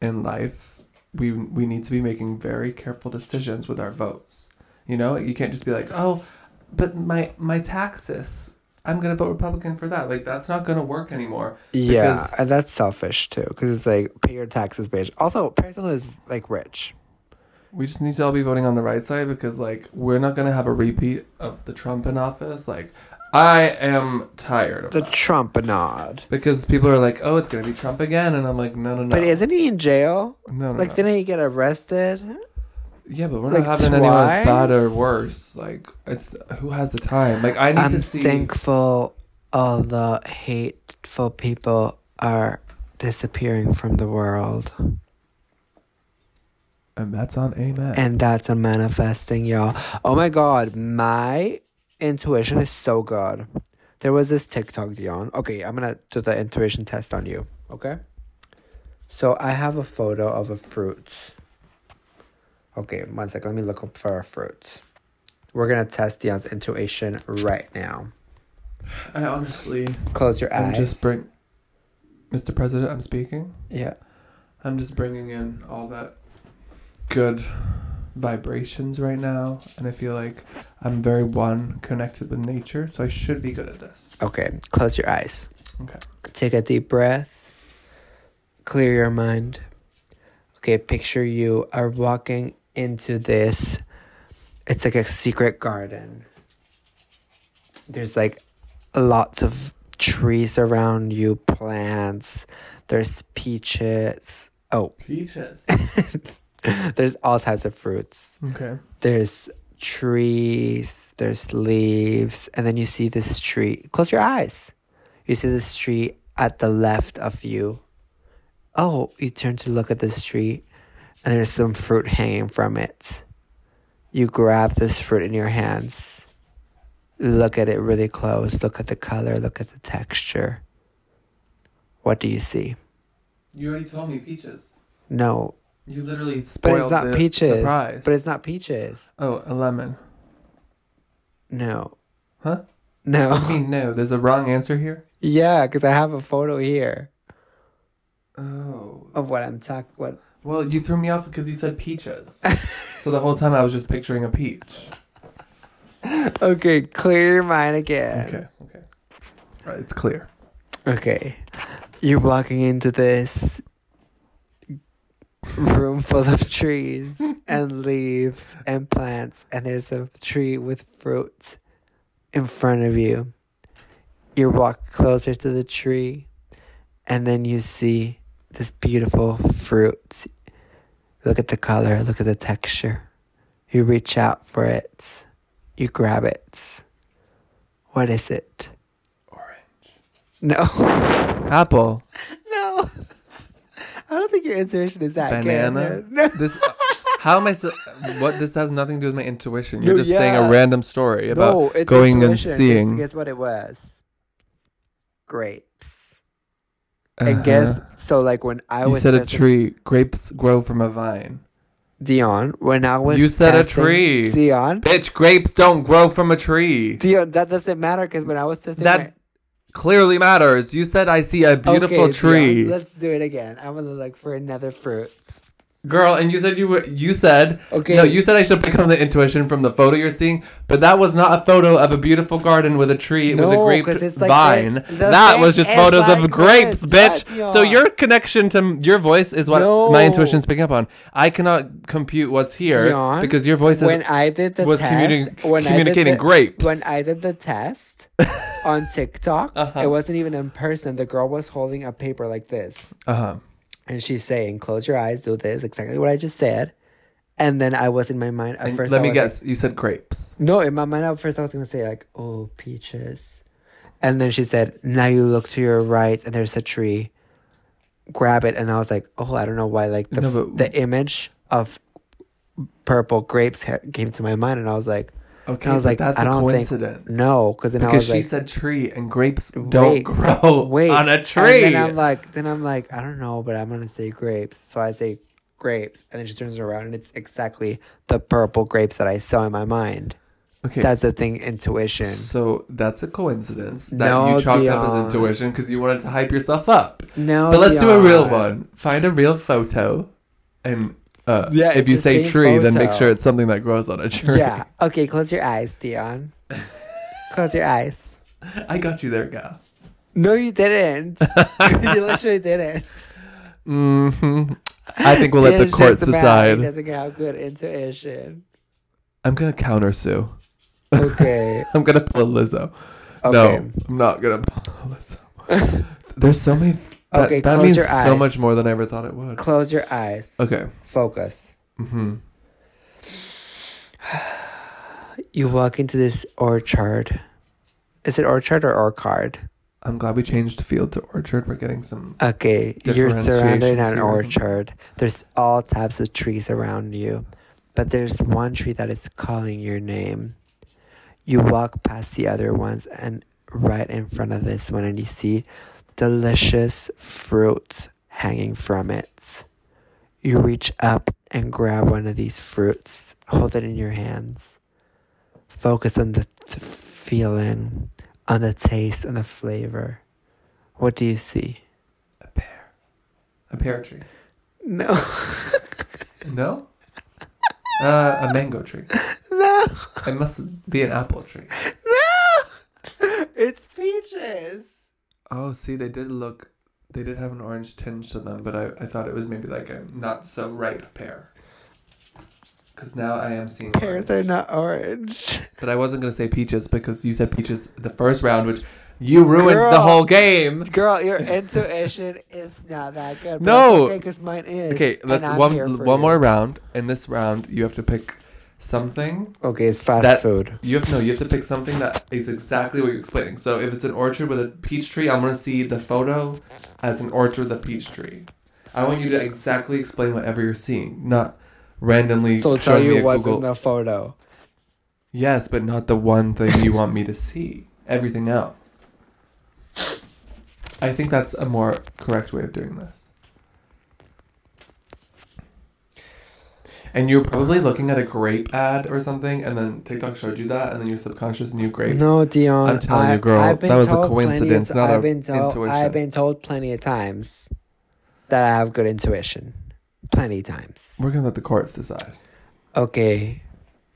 Speaker 2: in life, we we need to be making very careful decisions with our votes. You know, you can't just be like, oh, but my my taxes, I'm gonna vote Republican for that. Like that's not gonna work anymore.
Speaker 1: Yeah,
Speaker 2: Because-
Speaker 1: and that's selfish too, because it's like pay your taxes, bitch. Also, Paris Hilton is like rich.
Speaker 2: We just need to all be voting on the right side because like we're not gonna have a repeat of the Trump in office. Like I am tired of
Speaker 1: The
Speaker 2: that.
Speaker 1: Trumpanade.
Speaker 2: because people are like, oh, it's gonna be Trump again, and I'm like, no, no, no,
Speaker 1: But isn't he in jail?
Speaker 2: no, no,
Speaker 1: Like,
Speaker 2: no.
Speaker 1: didn't he get arrested?
Speaker 2: Yeah, but we're
Speaker 1: Like,
Speaker 2: not having anyone as bad or
Speaker 1: twice?
Speaker 2: worse. Like it's who has the time? Like I need
Speaker 1: I'm
Speaker 2: to see.
Speaker 1: thankful all the hateful people are disappearing from the world.
Speaker 2: and that's on Amen.
Speaker 1: And that's a manifesting, y'all. Oh my god, my intuition is so good. There was this TikTok, Dion. Okay, I'm gonna do the intuition test on you. Okay. So I have a photo of a fruit. Okay, one sec. Let me look up for a fruit. We're gonna test Dion's intuition right now.
Speaker 2: I honestly,
Speaker 1: Close your eyes.
Speaker 2: I'm just bring, Mr. President, I'm speaking.
Speaker 1: yeah.
Speaker 2: I'm just bringing in all that good vibrations right now, and I feel like I'm very one connected with nature, so I should be good at this.
Speaker 1: Okay. Close your eyes.
Speaker 2: Okay.
Speaker 1: Take a deep breath. Clear your mind. Okay, picture you are walking into this. It's like a secret garden. There's like lots of trees around you, plants. There's peaches. Oh,
Speaker 2: Peaches.
Speaker 1: there's all types of fruits.
Speaker 2: okay.
Speaker 1: There's trees, there's leaves, and then you see this tree. Close your eyes. You see this tree at the left of you. Oh, you turn to look at this tree, and there's some fruit hanging from it. You grab this fruit in your hands. Look at it really close. Look at the color. Look at the texture. What do you see?
Speaker 2: You already told me peaches.
Speaker 1: No,
Speaker 2: You literally
Speaker 1: but
Speaker 2: spoiled
Speaker 1: it's not
Speaker 2: the
Speaker 1: peaches.
Speaker 2: surprise.
Speaker 1: But it's not peaches.
Speaker 2: oh, a lemon.
Speaker 1: No.
Speaker 2: Huh?
Speaker 1: No.
Speaker 2: I mean, no. There's a wrong answer here.
Speaker 1: Yeah, because I have a photo here
Speaker 2: Oh.
Speaker 1: of what I'm talking. What?
Speaker 2: Well, you threw me off because you said peaches. so the whole time I was just picturing a peach.
Speaker 1: Okay, clear your mind again.
Speaker 2: Okay. Okay. Right, it's clear.
Speaker 1: Okay. Okay. You're walking into this room full of trees and leaves and plants, and there's a tree with fruit in front of you. You walk closer to the tree, and then you see this beautiful fruit. Look at the color, look at the texture. You reach out for it, you grab it. What is it?
Speaker 2: Orange.
Speaker 1: No.
Speaker 2: Apple.
Speaker 1: No. I don't think your intuition is that
Speaker 2: Banana.
Speaker 1: good. No.
Speaker 2: This. uh, How am I? So, what? This has nothing to do with my intuition. You're
Speaker 1: No,
Speaker 2: just saying a
Speaker 1: yeah.
Speaker 2: random story about
Speaker 1: no, it's
Speaker 2: going and
Speaker 1: intuition. Guess-
Speaker 2: seeing.
Speaker 1: Guess, what it was? Grapes. And guess
Speaker 2: Uh-huh.
Speaker 1: so. Like when I
Speaker 2: You
Speaker 1: was
Speaker 2: said a
Speaker 1: testing-
Speaker 2: tree. Grapes grow from a vine.
Speaker 1: Dion. When I was
Speaker 2: You said a
Speaker 1: testing-
Speaker 2: tree.
Speaker 1: Dion.
Speaker 2: Bitch, grapes don't grow from a tree.
Speaker 1: Dion. That doesn't matter because when I was testing
Speaker 2: That
Speaker 1: my-
Speaker 2: clearly matters. You said I see a beautiful
Speaker 1: Okay,
Speaker 2: tree.
Speaker 1: Dion, let's do it again. I'm gonna look for another fruit.
Speaker 2: Girl, and you said you were, you said
Speaker 1: Okay.
Speaker 2: No, you said I should pick up the intuition from the photo you're seeing, but that was not a photo of a beautiful garden with a tree with a
Speaker 1: No,
Speaker 2: grape
Speaker 1: 'cause it's like
Speaker 2: vine.
Speaker 1: the- the
Speaker 2: that was
Speaker 1: thing
Speaker 2: just
Speaker 1: is
Speaker 2: photos of
Speaker 1: like
Speaker 2: grapes,
Speaker 1: this,
Speaker 2: bitch. So
Speaker 1: Tatiana.
Speaker 2: your connection to m- your voice is what
Speaker 1: No.
Speaker 2: my intuition's picking up on. I cannot compute what's here
Speaker 1: Dion,
Speaker 2: because your voice is
Speaker 1: when I did the
Speaker 2: was
Speaker 1: test,
Speaker 2: communi-
Speaker 1: when I did
Speaker 2: communicating
Speaker 1: the-
Speaker 2: grapes.
Speaker 1: When I did the test on TikTok,
Speaker 2: Uh-huh.
Speaker 1: it wasn't even in person. The girl was holding a paper like this,
Speaker 2: uh-huh.
Speaker 1: and she's saying, "Close your eyes, do this." Exactly what I just said. And then I was in my mind at
Speaker 2: And
Speaker 1: first.
Speaker 2: let
Speaker 1: I
Speaker 2: me
Speaker 1: was like-
Speaker 2: guess. you said grapes.
Speaker 1: no, in my mind at first I was gonna say like, "Oh, peaches," and then she said, "Now you look to your right, and there's a tree. Grab it." And I was like, "Oh, I don't know why." Like the
Speaker 2: No,
Speaker 1: f-
Speaker 2: but-
Speaker 1: the image of purple grapes ha- came to my mind, and I was like.
Speaker 2: Okay,
Speaker 1: And I was
Speaker 2: but
Speaker 1: like,
Speaker 2: that's
Speaker 1: I
Speaker 2: a
Speaker 1: don't think
Speaker 2: coincidence.
Speaker 1: No, because then I
Speaker 2: because
Speaker 1: was
Speaker 2: she
Speaker 1: like,
Speaker 2: said tree and grapes don't
Speaker 1: Wait,
Speaker 2: grow
Speaker 1: wait
Speaker 2: on a tree.
Speaker 1: And then I'm like, then I'm like, I don't know, but I'm gonna say grapes. So I say grapes, and then she turns around, and it's exactly the purple grapes that I saw in my mind.
Speaker 2: Okay.
Speaker 1: That's the thing, intuition.
Speaker 2: so that's a coincidence that
Speaker 1: No,
Speaker 2: you chalked up as
Speaker 1: Dion.
Speaker 2: intuition because you wanted to hype yourself up.
Speaker 1: No,
Speaker 2: but let's do a real
Speaker 1: Dion.
Speaker 2: one. Find a real photo, and uh,
Speaker 1: Yeah,
Speaker 2: if
Speaker 1: it's
Speaker 2: you
Speaker 1: the
Speaker 2: say
Speaker 1: same
Speaker 2: tree, then make
Speaker 1: photo.
Speaker 2: sure it's something that grows on a tree.
Speaker 1: Yeah. Okay, close your eyes, Dion. close your eyes.
Speaker 2: I got you there, gal.
Speaker 1: No, you didn't. you literally didn't.
Speaker 2: hmm I think we'll let the
Speaker 1: Mm-hmm. It's
Speaker 2: courts
Speaker 1: just about he
Speaker 2: decide.
Speaker 1: Doesn't have good intuition.
Speaker 2: I'm gonna counter sue.
Speaker 1: Okay.
Speaker 2: I'm gonna pull a Lizzo.
Speaker 1: Okay.
Speaker 2: No, I'm not gonna pull a Lizzo. There's so many. That,
Speaker 1: Okay,
Speaker 2: that
Speaker 1: close
Speaker 2: means
Speaker 1: your
Speaker 2: so
Speaker 1: eyes.
Speaker 2: much more than I ever thought it would.
Speaker 1: Close your eyes.
Speaker 2: Okay.
Speaker 1: Focus.
Speaker 2: hmm
Speaker 1: You walk into this orchard. Is it orchard or orchard?
Speaker 2: I'm glad we changed field to orchard. We're getting some.
Speaker 1: Okay, you're surrounded in
Speaker 2: Differentiations
Speaker 1: an
Speaker 2: here.
Speaker 1: orchard. There's all types of trees around you, but there's one tree that is calling your name. You walk past the other ones and right in front of this one, and you see delicious fruit hanging from it. You reach up and grab one of these fruits, hold it in your hands. Focus on the th- feeling, on the taste, and the flavor. What do you see?
Speaker 2: A pear. A pear tree.
Speaker 1: No.
Speaker 2: No. Uh, a mango tree.
Speaker 1: No.
Speaker 2: It must be an apple tree.
Speaker 1: No. It's peaches.
Speaker 2: Oh, see, they did look. They did have an orange tinge to them, but I, I thought it was maybe like a not so ripe pear. Because now I am seeing. orange.
Speaker 1: Pears are not orange.
Speaker 2: But I wasn't gonna say peaches because you said peaches the first round, which you ruined the
Speaker 1: Girl.
Speaker 2: whole game.
Speaker 1: Girl, your intuition is not that good. but
Speaker 2: No.
Speaker 1: that's Okay, because mine is.
Speaker 2: Okay,
Speaker 1: and
Speaker 2: let's
Speaker 1: I'm here
Speaker 2: one
Speaker 1: for
Speaker 2: one
Speaker 1: you.
Speaker 2: more round. In this round, you have to pick something.
Speaker 1: Okay, it's fast
Speaker 2: That-
Speaker 1: food.
Speaker 2: You have no. You have to pick something that is exactly what you're explaining. So if it's an orchard with a peach tree, I'm gonna see the photo as an orchard with a peach tree. I want you to exactly explain whatever you're seeing, not randomly
Speaker 1: So tell
Speaker 2: showing me
Speaker 1: you
Speaker 2: a
Speaker 1: what's
Speaker 2: Google.
Speaker 1: in the photo.
Speaker 2: Yes, but not the one thing you want me to see. Everything else. I think that's a more correct way of doing this. And you're probably looking at a grape ad or something, and then TikTok showed you that, and then your subconscious knew grapes.
Speaker 1: No, Dion.
Speaker 2: I'm telling you,
Speaker 1: I-
Speaker 2: girl,
Speaker 1: I've been
Speaker 2: that was a
Speaker 1: told plenty of
Speaker 2: coincidence,
Speaker 1: ti-
Speaker 2: not a
Speaker 1: I've been told,
Speaker 2: intuition.
Speaker 1: I've been told plenty of times that I have good intuition. Plenty of times.
Speaker 2: We're gonna let the courts decide.
Speaker 1: Okay,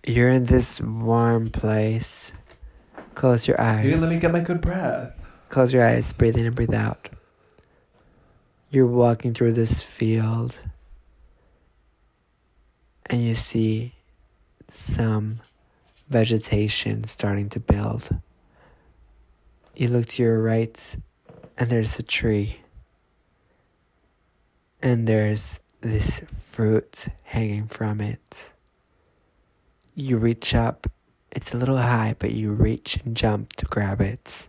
Speaker 1: you're in this warm place. Close your eyes.
Speaker 2: You didn't let me get my good breath.
Speaker 1: Close your eyes, breathe in and breathe out. You're walking through this field and you see some vegetation starting to build. You look to your right and there's a tree. And there's this fruit hanging from it. You reach up. It's a little high, but you reach and jump to grab it.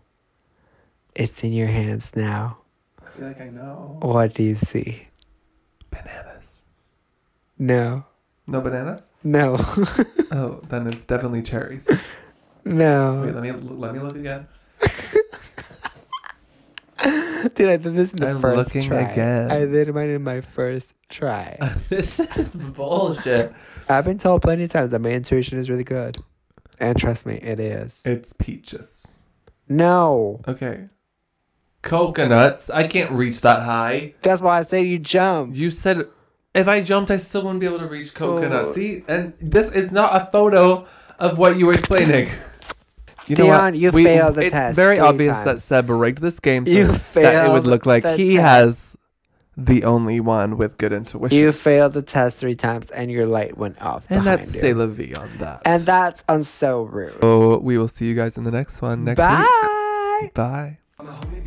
Speaker 1: It's in your hands now.
Speaker 2: I feel like I know.
Speaker 1: What do you see?
Speaker 2: Oh, Bananas.
Speaker 1: No,
Speaker 2: No bananas?
Speaker 1: no,
Speaker 2: Oh, then it's definitely cherries. Wait,
Speaker 1: no.
Speaker 2: let me let me look again.
Speaker 1: Dude, I did this in the
Speaker 2: I'm
Speaker 1: first
Speaker 2: looking
Speaker 1: try.
Speaker 2: again.
Speaker 1: I did mine in my first try.
Speaker 2: this is bullshit.
Speaker 1: I've been told plenty of times that my intuition is really good, and trust me, it is.
Speaker 2: It's peaches.
Speaker 1: no,
Speaker 2: Okay. Coconuts. I can't reach that high.
Speaker 1: that's why I say you jump.
Speaker 2: You said if I jumped, I still wouldn't be able to reach coconuts.
Speaker 1: Oh.
Speaker 2: See, and this is not a photo of what you were explaining. You
Speaker 1: Dion, you failed the
Speaker 2: it's
Speaker 1: test
Speaker 2: very
Speaker 1: three
Speaker 2: obvious
Speaker 1: times.
Speaker 2: that Seb rigged this game so
Speaker 1: You
Speaker 2: that it would
Speaker 1: failed
Speaker 2: look like
Speaker 1: the
Speaker 2: he
Speaker 1: test.
Speaker 2: has the only one with good intuition.
Speaker 1: You failed the test three times, and your light went off.
Speaker 2: and
Speaker 1: behind
Speaker 2: that's
Speaker 1: you.
Speaker 2: say la vie on that.
Speaker 1: and that's on so rude.
Speaker 2: so we will see you guys in the next one next
Speaker 1: Bye.
Speaker 2: week. Bye.
Speaker 3: I'm a homie